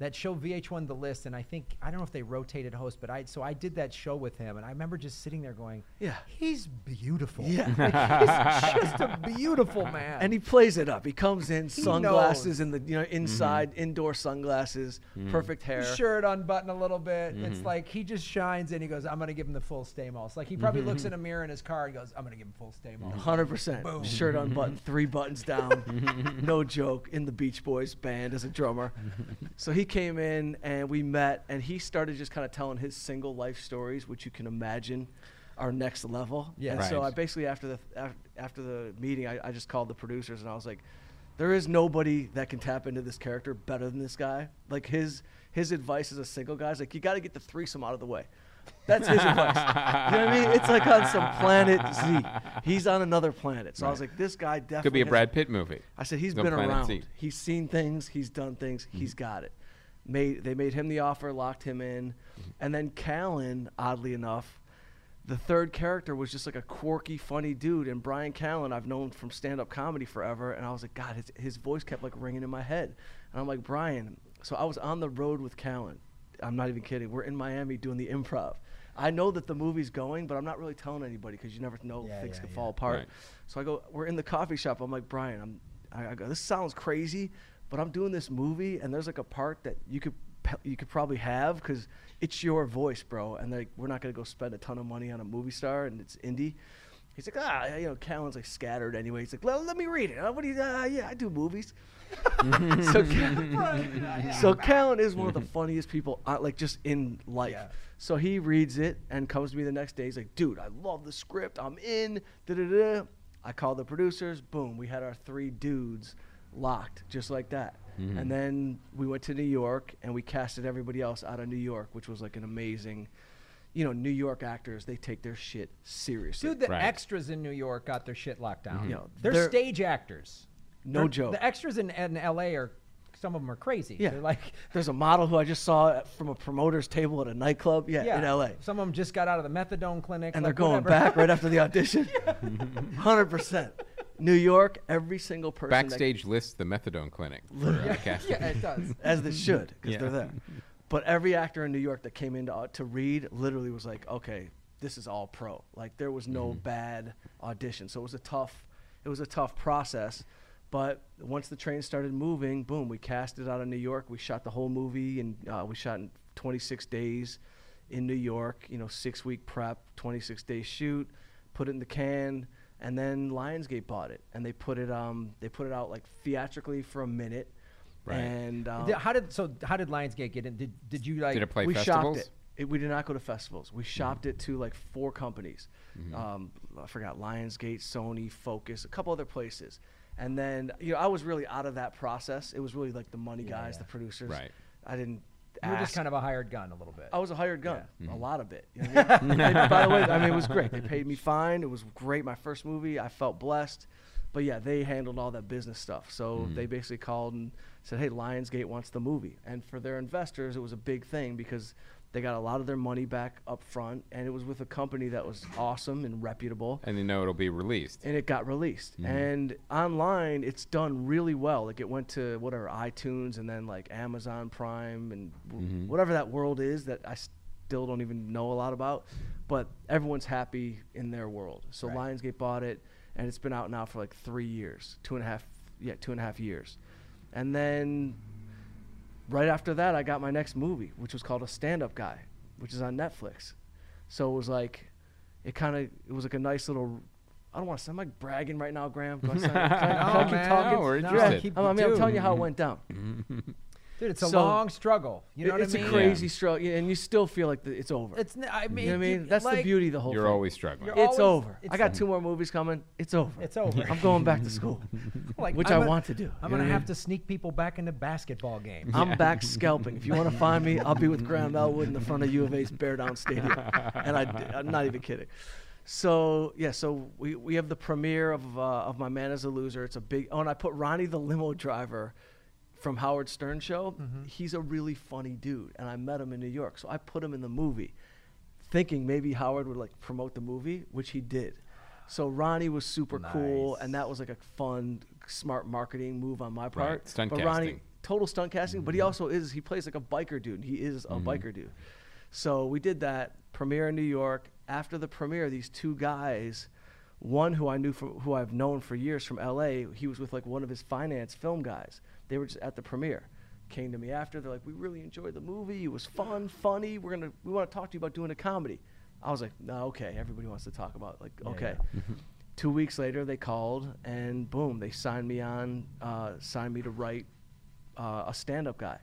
that show VH1 the list and I think I don't know if they rotated hosts but I so I did that show with him and I remember just sitting there going
Yeah.
he's beautiful
Yeah.
Like, he's just a beautiful man
and he plays it up. He comes in
He
sunglasses in the you know inside indoor sunglasses, perfect hair.
his shirt unbuttoned a little bit
Mm-hmm.
it's like he just shines and he goes I'm gonna give him the full Stamos like he probably looks
Mm-hmm.
in a mirror in his car and goes I'm gonna give him full Stamos
Hundred percent.
Boom.
Shirt unbuttoned, three buttons down. no joke. In the Beach Boys band as a drummer. so he came in and we met, and he started just kind of telling his single life stories, which you can imagine are next level.
Yeah.
And so
Right.
I basically after the af- after the meeting, I, I just called the producers and I was like, "There is nobody that can tap into this character better than this guy. Like his his advice as a single guy is like, you got to get the threesome out of the way." That's his advice. you know what I mean? It's like on some planet Z. He's on another planet. So I was like, this guy definitely
Could be a
has-
Brad Pitt movie.
I said he's
No
been
Planet
around.
Z.
He's seen things. He's done things. He's got it. Made they made him the offer, locked him in, and then Callan, oddly enough, the third character was just like a quirky, funny dude. And Brian Callan, I've known from stand-up comedy forever, and I was like, God, his his voice kept like ringing in my head, and I'm like, Brian. So I was on the road with Callan. I'm not even kidding. We're in Miami doing the improv. I know that the movie's going, but I'm not really telling anybody because you never know
Yeah,
things
yeah,
could
yeah.
fall apart.
Right.
So I go, we're in the coffee shop. I'm like, Brian, I'm, I, I go, this sounds crazy, but I'm doing this movie, and there's like a part that you could, pe- you could probably have because it's your voice, bro. And like, we're not gonna go spend a ton of money on a movie star, and it's indie. He's like, ah, you know, Callan's like scattered anyway. He's like, well, let me read it. Uh, What do you? Uh, yeah, I do movies. so, Callan, so Callan is one of the funniest people, uh, like just in life.
Yeah.
So he reads it and comes to me the next day. He's like, dude, I love the script. I'm in. Da da da. I call the producers. Boom. We had our three dudes locked just like that. And then we went to New York and we casted everybody else out of New York, which was like an amazing, you know, New York actors. They take their shit seriously.
Dude, the
Right. Mm-hmm.
extras in New York got their shit locked down.
Yeah,
they're,
they're-
stage actors.
No
They're-
joke.
The extras in, in LA are some of them are crazy.
Yeah.
They're like
There's a model who I just saw at- from a promoter's table at a nightclub. Yeah,
yeah,
in L.A.
Some of them just got out of the methadone clinic
and
like,
they're going
whatever.
back right after the audition. Hundred percent. New York, every single person that-
Backstage lists the methadone clinic. For, uh, casting.
yeah, it does.
as they should because
Yeah.
they're there. But every actor in New York that came in to, to read literally was like, okay, this is all pro. Like there was no
Mm-hmm.
bad audition, so it was a tough, it was a tough process. But once the train started moving, boom, we cast it out of New York. We shot the whole movie, and uh, we shot in 26 days in New York. You know, six week prep, 26 day shoot, put it in the can, and then Lionsgate bought it, and they put it, um, they put it out like theatrically for a minute,
Right.
and um,
Did- how did so? How did Lionsgate get in? Did did you like?
Did it play
we
festivals?
shopped it. It- We did not go to festivals. We shopped it to like four companies.
Mm-hmm.
Um, I forgot Lionsgate, Sony, Focus, a couple other places. And then you know I was really out of that process. It was really like the money guys, the producers.
Right.
I didn't.
you were just
ask.
kind of a hired gun a little bit.
I was a hired gun. A lot of it. you know what I mean? And by the way, I mean it was great. They paid me fine. It was great. My first movie. I felt blessed. But yeah, they handled all that business stuff. So they basically called and said, "Hey, Lionsgate wants the movie." And for their investors, it was a big thing because they got a lot of their money back up front, and it was with a company that was awesome and reputable
And they know it'll be released.
and it got released. And online, it's done really well. Like it went to whatever iTunes and then like Amazon Prime and w- whatever that world is that I still don't even know a lot about. But everyone's happy in their world. So Lionsgate bought it, and it's been out now for like three years, two and a half, yeah, two and a half years. And then right after that, I got my next movie, which was called A Stand Up Guy, which is on Netflix. So it was like, it kind of, it was like a nice little, I don't want to sound like bragging right now, Graham. Do I sound- can I-
No,
can I keep
man.
talking?
No, oh, we're
Yeah, Oh,
interested.
Keep-
I mean, I'm
dude.
telling you how it went down.
Dude, it's a
So-
long struggle. You know
It-
what
it's
I
a
mean?
Yeah.
crazy struggle, yeah, and you still feel like the, it's over.
It's. n- I mean,
you know what I mean?
you-
That's the
like,
beauty of the whole
You're
thing.
always struggling.
You're-
It's
always-
over.
it's-
I got two more movies coming. It's over.
It's over.
I'm going back to school,
Like,
which
I'm
i
gonna-
want to do. you
I'm
know
gonna
what I
have
mean?
to sneak people back into basketball games.
I'm back scalping. If you want to find me, I'll be with Graham Elwood in the front of U of A's Bear Down Stadium. And I, am not even kidding. So yeah, so we, we have the premiere of uh, of my Man is a Loser. It's a big. Oh, and I put Ronnie the limo driver from Howard Stern show.
Mm-hmm.
He's a really funny dude, and I met him in New York. So I put him in the movie, thinking maybe Howard would like promote the movie, which he did. So Ronnie was super cool,
Nice.
and that was like a fun, smart marketing move on my part.
stunt
but
casting.
Ronnie, total stunt casting, but he also is he plays like a biker dude. He is a biker dude. So we did that premiere in New York. After the premiere, these two guys, one who I knew from who I've known for years from LA, he was with like one of his finance film guys. They were just at the premiere. Came to me after, they're like, "We really enjoyed the movie. It was fun, funny. We're gonna we want to talk to you about doing a comedy." I was like, "No, okay. Everybody wants to talk about like okay." Two weeks later, they called and boom, they signed me on, uh, signed me to write uh, a stand-up guy,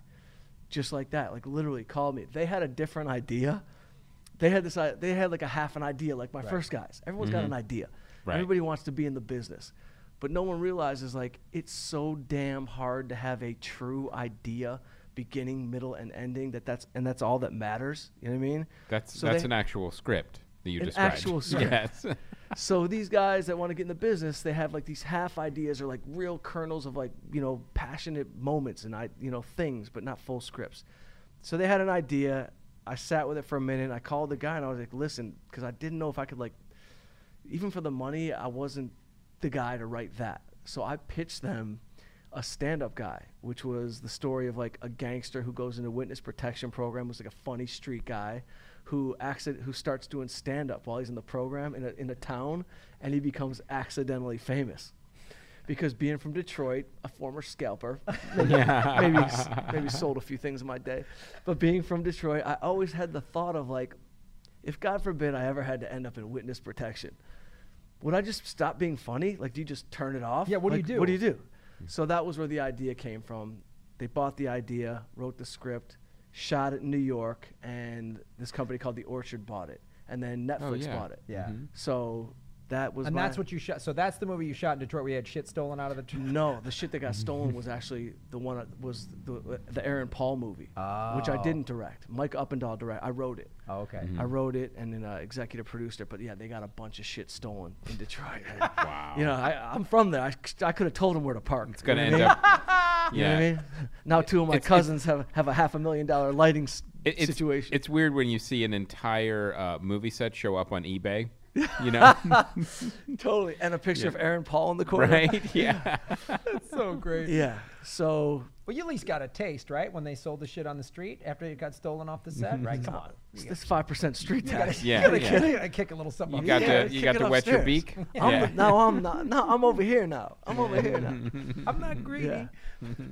just like that. Like literally called me. They had a different idea. They had this. i- They had like a half an idea, like my first guys. Everyone's got an idea.
Mm-hmm. Right.
Everybody wants to be in the business, but no one realizes like it's so damn hard to have a true idea beginning, middle, and ending. That that's and that's all that matters. You know what I mean?
That's
So
that's
they-
an actual script that you
An
described.
actual script.
Yes.
so these guys that want to get in the business, they have like these half ideas or like real kernels of like you know passionate moments and I you know things, but not full scripts. So they had an idea. I sat with it for a minute. I called the guy and I was like, "Listen," because I didn't know if I could like, even for the money, I wasn't the guy to write that. So I pitched them a stand-up guy, which was the story of like a gangster who goes into witness protection program, was like a funny street guy, who accident who starts doing stand-up while he's in the program in a, in a town, and he becomes accidentally famous, because being from Detroit, a former scalper, maybe s- maybe sold a few things in my day, but being from Detroit, I always had the thought of like, if God forbid I ever had to end up in witness protection, would I just stop being funny? Like, do you just turn it off?
Yeah, what do you
Like,
do?
What do you do?
Hmm.
So that was where the idea came from. They bought the idea, wrote the script, shot it in New York, and this company called The Orchard bought it, and then Netflix
Oh, yeah. Mm-hmm.
bought it.
Yeah.
So that was.
And
my-
that's what you shot. So that's the movie you shot in Detroit. We had shit stolen out of the. Tr-
No, the shit that got stolen
Mm-hmm.
was actually the one that was the, the Aaron Paul movie, which I
Oh.
didn't direct. Mike Uppendahl direct. I wrote it.
Oh, okay.
Hmm.
I wrote it and then uh, executive produced it. But yeah, they got a bunch of shit stolen in Detroit. wow. You know, I, I'm from there. I, c- I could have told them where to park.
It's gonna end up. Yeah.
You know what I mean? Now two of my
It's- it's-
cousins have have a half a million dollar lighting s-
It- it's,
situation.
It's weird when you see an entire uh, movie set show up on eBay. You know,
totally. And a picture
Yeah.
of Aaron Paul in the corner.
right? Yeah.
so great.
Yeah. So
Well, you at least got a taste, right? When they sold the shit on the street after it got stolen off the set, right? Come on.
this five percent street tax.
Yeah,
you gotta,
yeah.
you gotta kick a little something.
You
up
got
there.
to you
kick
got
it
to wet your
upstairs.
beak.
I'm
yeah.
the- now I'm not. No, I'm over here now. I'm over here now.
I'm not greedy.
Yeah.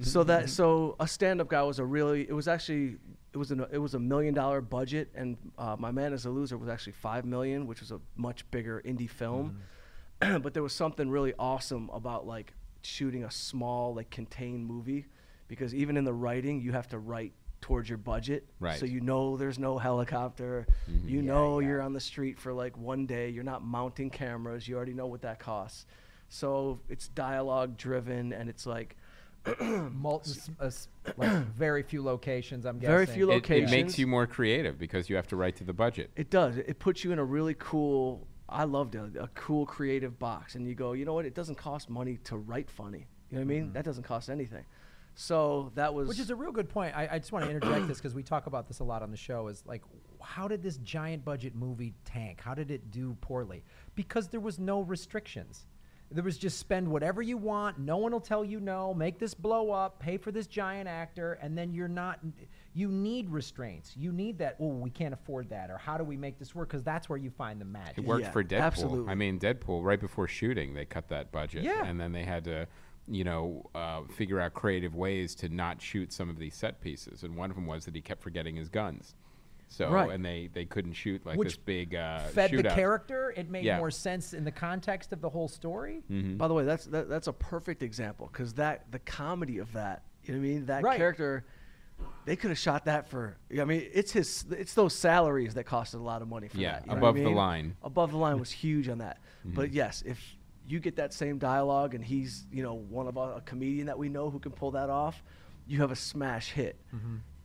so that so a stand-up guy was a really it was actually it was an it was a million dollar budget and uh, my man is a loser was actually five million which was a much bigger indie film but there was something really awesome about like shooting a small like contained movie because even in the writing you have to write towards your budget
Right.
so you know there's no helicopter you know you're on the street for like one day you're not mounting cameras you already know what that costs so it's dialogue driven and it's like
Mult- s- uh, s- like very few locations. I'm guessing.
Very few
It, it makes
locations.
you more creative because you have to write to the budget.
It does. It puts you in a really cool. I loved it. A cool creative box, and you go. You know what? It doesn't cost money to write funny. You know what I mean? That doesn't cost anything. So that was.
Mm-hmm. Which is a real good point. I, I just want to interject this because we talk about this a lot on the show. Is like, how did this giant budget movie tank? How did it do poorly? Because there was no restrictions. There was just spend whatever you want. No one will tell you no. Make this blow up. Pay for this giant actor, and then you're not. You need restraints. You need that. Oh, we can't afford that, or how do we make this work? Because that's where you find the magic.
It worked
Yeah,
for Deadpool. I
absolutely.
mean, Deadpool right before shooting, they cut that budget,
Yeah.
and then they had to, you know, uh, figure out creative ways to not shoot some of these set pieces. And one of them was that he kept forgetting his guns, so
Right.
and they they couldn't shoot like
Which
this big uh,
Fed the
shootout.
character. It made
Yeah.
more sense in the context of the whole story.
Mm-hmm.
By the way, that's that, that's a perfect example because that the comedy of that. You know what I mean? That
Right.
character. They could have shot that for. I mean, it's his. It's those salaries that costed a lot of money for
Yeah,
that. you know what I
above the
mean?
line. Mm-hmm.
Above the line was huge on that. But yes, if you get that same dialogue and he's you know one of uh, a, a comedian that we know who can pull that off, you have a smash hit.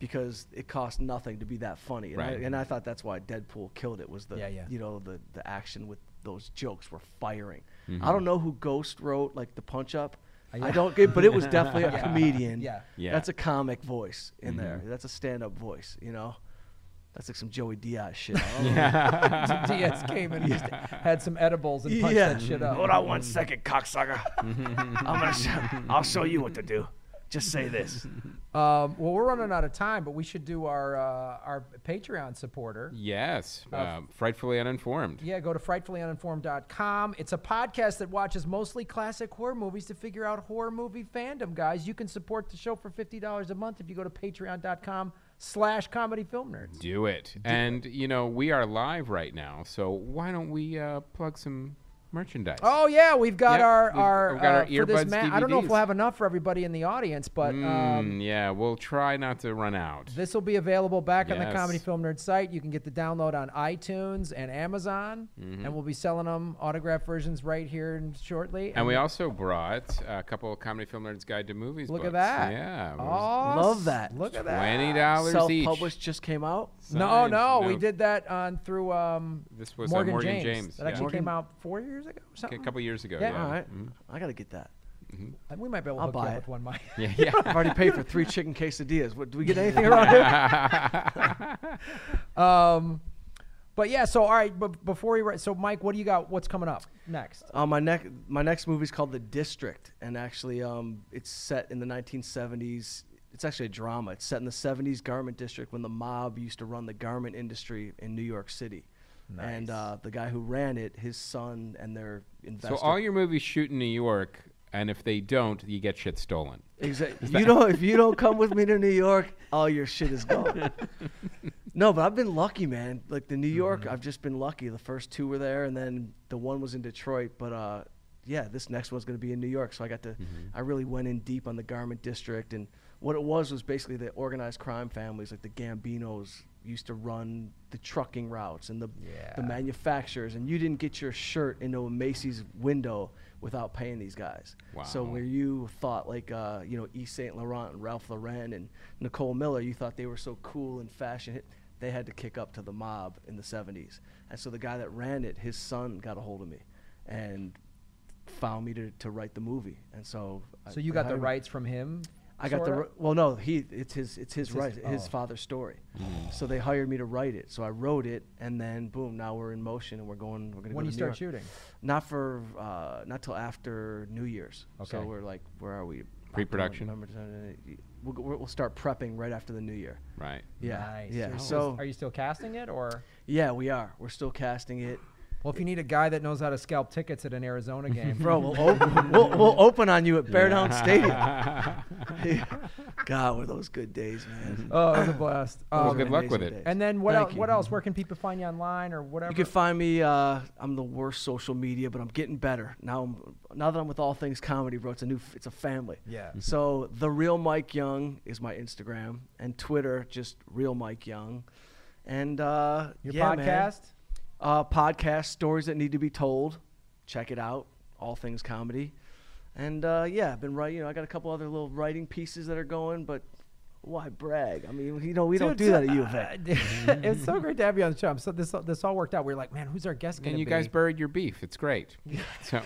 Because it cost nothing to be that funny, and,
Mm-hmm. Right.
I, and I thought that's why Deadpool killed it was the
Yeah, yeah.
you know the the action with those jokes were firing.
Mm-hmm.
I don't know who Ghost wrote like the punch up. I don't get, but it was definitely a
Yeah.
comedian.
Yeah. Mm-hmm.
Yeah.
that's a comic voice in there. That's a stand up voice. You know, that's like some Joey Diaz shit. yeah,
Some DS came and just had some edibles and punched that shit up.
Hold on one second, cocksucker. I'm gonna. Show, I'll show you what to do. Just say this.
Um, well, we're running out of time, but we should do our uh, our Patreon supporter.
Yes, um, frightfully uninformed.
Yeah, go to frightfullyuninformed.com. It's a podcast that watches mostly classic horror movies to figure out horror movie fandom, guys. You can support the show for $50 a month if you go to patreon.com slash comedy film nerds.
Do it, and you know we are live right now, so why don't we uh, plug some merchandise.
Oh yeah, we've got
Yep,
our
we've-
our,
we've got our
uh, for this
earbuds
ma- I don't know if
DVDs.
we'll have enough for everybody in the audience, but um,
Mm, yeah, we'll try not to run out.
this will be available back on the
Yes.
Comedy Film Nerd site. You can get the download on iTunes and Amazon,
Mm-hmm.
and we'll be selling them autographed versions right here and shortly.
And we also brought a couple of Comedy Film Nerds Guide to Movies.
look at
books.
that.
Yeah. it was
Awes-
Love that.
Look at that.
Twenty dollars each.
Self-published just came out.
No,
Signed.
no, we did that on through um,
This was, uh,
Morgan,
Morgan
James.
James,
That
yeah.
actually came
Morgan-
out four years ago. or
a
Something.
couple years ago.
Yeah.
Yeah.
All right. I gotta get that.
And we might be able to
I'll
hook you
buy
up
it.
with one, Mike.
Yeah. yeah.
I've already paid for three chicken quesadillas. What, do we get anything around here?
Um, but yeah, so all right, but before we write, so Mike, what do you got? What's coming up next?
Uh, my next my next movie is called The District, and actually, um, it's set in the 1970s. It's actually a drama. It's set in the 70s garment district when the mob used to run the garment industry in New York City. And uh, the guy who ran it, his son, and their
So
investor.
all your movies shoot in New York, and if they don't, you get shit stolen.
Exactly. You don't. If you don't come with me to New York, all your shit is gone. no, but I've been lucky, man. Like the New York, I've just been lucky. The first two were there, and then the one was in Detroit. But uh, yeah, this next one's gonna be in New York. So I got to. I really went in deep on the garment district, and what it was was basically the organized crime families, like the Gambinos, used to run the trucking routes and the
Yeah.
the manufacturers, and you didn't get your shirt into a Macy's window without paying these guys. So
Wow.
where you thought like uh, you know Yves Saint Laurent and Ralph Lauren and Nicole Miller, you thought they were so cool and fashion. They had to kick up to the mob in the '70s, and so the guy that ran it, his son got a hold of me, and found me to, to write the movie. And so I-
So you got the
I hired-
rights from him?
I got the
sorta?
ri- well, no, he it's his it's his
his-
right his
oh.
father's story. so they hired me to write it. So I wrote it, and then boom, now we're in motion and we're going. We're gonna
When
go
you
to New
start
York.
shooting?
Not for uh, not till after New Year's. So
Okay.
we're like, where are we? October,
Pre-production?
November, December, January. We'll, go- we'll start prepping right after the New Year.
Right.
Yeah.
Nice.
Yeah.
You're still-
So
are you still casting it, or?
yeah, we are. We're still casting it.
Well, if you need a guy that knows how to scalp tickets at an Arizona game,
Bro, we'll, op- we'll, we'll open on you at Bear Down Stadium. God, were those good days, man.
oh, it was a blast.
Those
Mm-hmm. Well,
Um,
were
good luck with
amazing
it.
days.
and then what?
Thank
Else,
you.
what else? Where can people find you online or whatever?
You can find me. Uh, I'm the worst social media, but I'm getting better now. I'm, now that I'm with all things comedy, bro, it's a new, it's a family.
Yeah. Mhm.
So the real Mike Young is my Instagram and Twitter, just real Mike Young, and uh,
your
yeah, man.
podcast.
uh, podcast stories that need to be told. Check it out. All things comedy, and uh, yeah, I've been writing. You know, I got a couple other little writing pieces that are going, but why brag? I mean, you know, we don't
Dude,
do
so-
that at U of A.
uh, it's so great to have you on the show. I'm So this this all worked out. We were like, man, who's our guest? gonna
And you
be?
guys buried your beef. It's great. So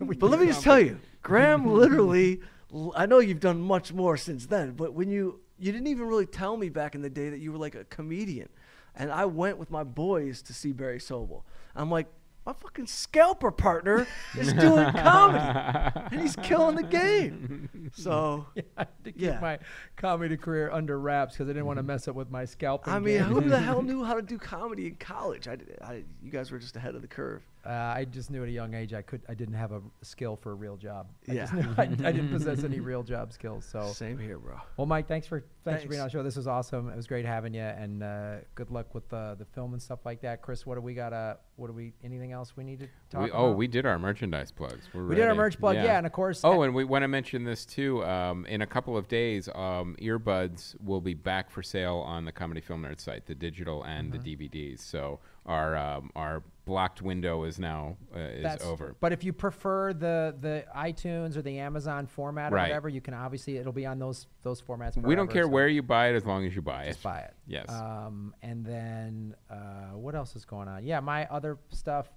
But let me just tell you, Graham literally, l- I know you've done much more since then, but when you, you didn't even really tell me back in the day that you were like a comedian. And I went with my boys to see Barry Sobel. I'm like, my fucking scalper partner is doing comedy and he's killing the game. So,
to keep
Yeah.
my comedy career under wraps because I didn't want to mess up with my scalping.
I mean,
game.
who the hell knew how to do comedy in college? I, did- I, you guys were just ahead of the curve.
Uh, I just knew at a young age I could I didn't have a skill for a real job. I just
Yeah.
knew I, I didn't possess any real job skills. So
Same here, bro.
well, Mike, thanks for thanks, for being
Thanks.
on the show. This was awesome. It was great having you, and uh, good luck with the the film and stuff like that. Chris, what do we got? Uh, what do we? Anything else we need to talk
we,
about?
oh, we did our merchandise plugs. We're
We did our
ready.
merch plug, yeah, and of course- eh
Oh, and we want to mention this too. Um, in a couple of days, um, earbuds will be back for sale on the Comedy Film Nerd site, the digital and
Mm-hmm.
the DVDs. So our um, our blocked window is now uh, is over.
But if you prefer the the iTunes or the Amazon format or
Right.
whatever, you can obviously it'll be on those those formats.
we
forever,
don't care
so
where you buy it as long as you buy
just
it.
buy it.
Yes.
Um, and then uh, what else is going on? Yeah, my other stuff,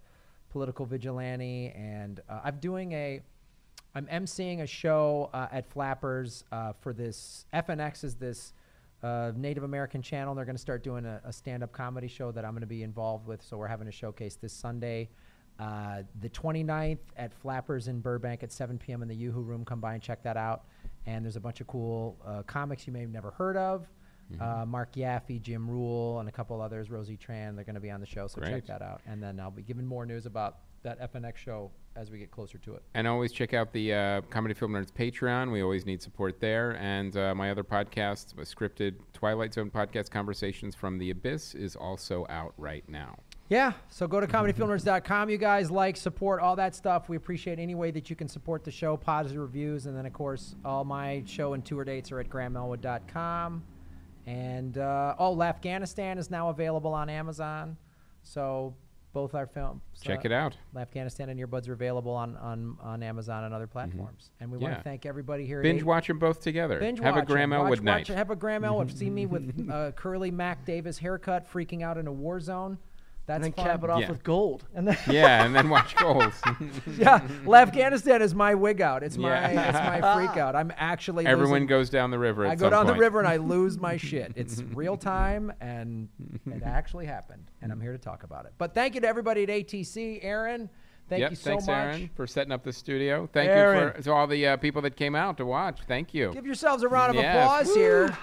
political vigilante, and uh, I'm doing a. I'm emceeing a show uh, at Flappers uh, for this. FNX is this uh, Native American channel. They're going to start doing a, a stand-up comedy show that I'm going to be involved with. So we're having a showcase this Sunday, uh, the 29th at Flappers in Burbank at 7 p.m. in the YooHoo Room. Come by and check that out. And there's a bunch of cool uh, comics you may have never heard of. Uh, Mark Yaffe, Jim Rule, and a couple others, Rosie Tran. They're going to be on the show, so check
Great.
that out. And then I'll be giving more news about that FNX show as we get closer to it.
And always check out the uh, Comedy Film Nerds Patreon. We always need support there. And uh, my other podcast, a scripted Twilight Zone podcast, Conversations from the Abyss, is also out right now.
Yeah, so go to
Mm-hmm.
comedyfilmnerds.com, you guys. Like, support, all that stuff. We appreciate any way that you can support the show, positive reviews. And then, of course, all my show and tour dates are at grahammelwood.com. And, uh, oh, Afghanistan is now available on Amazon. So both our films. uh,
Check it out.
Afghanistan and Earbuds are available on, on, on Amazon and other platforms. And we want
Mm-hmm. Yeah.
to thank everybody here. at
Binge
eight-
watch them both together.
Binge
Have a
watch
Graham
it. Watch-
Elwood
watch
night.
it. Have a Graham Elwood. See me with uh, curly Mac Davis haircut, freaking out in a war zone. That's
and then
fun.
cap it off
Yeah.
with gold.
And then,
yeah, and then watch goals.
yeah, well, Afghanistan is my wig out. It's my
Yeah.
it's my freak out. I'm actually
Everyone
losing-
goes down the river. At
I go
some
down
point.
the river and I lose my shit. It's real time, and it actually happened, and I'm here to talk about it. But thank you to everybody at ATC, Aaron. Thank
yep,
you so
thanks,
much.
Aaron, for setting up the studio. Thank you for
Aaron.
to all the uh, people that came out to watch. Thank you.
Give yourselves a round of
Yes.
applause
Woo.
here.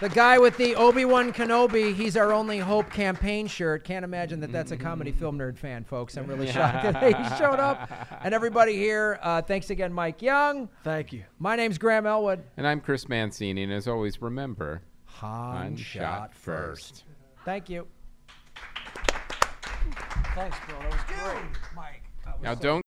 The guy with the Obi Wan Kenobi, he's our only hope campaign shirt. Can't imagine that that's a comedy film nerd fan, folks. I'm really shocked that he showed up. And everybody here, uh, thanks again, Mike Young.
Thank you.
My name's Graham Elwood.
and I'm Chris Mancini, and as always, remember,
Han
unshot first.
Thank you.
Thanks, bro. That was great.
Mike.
Now don't.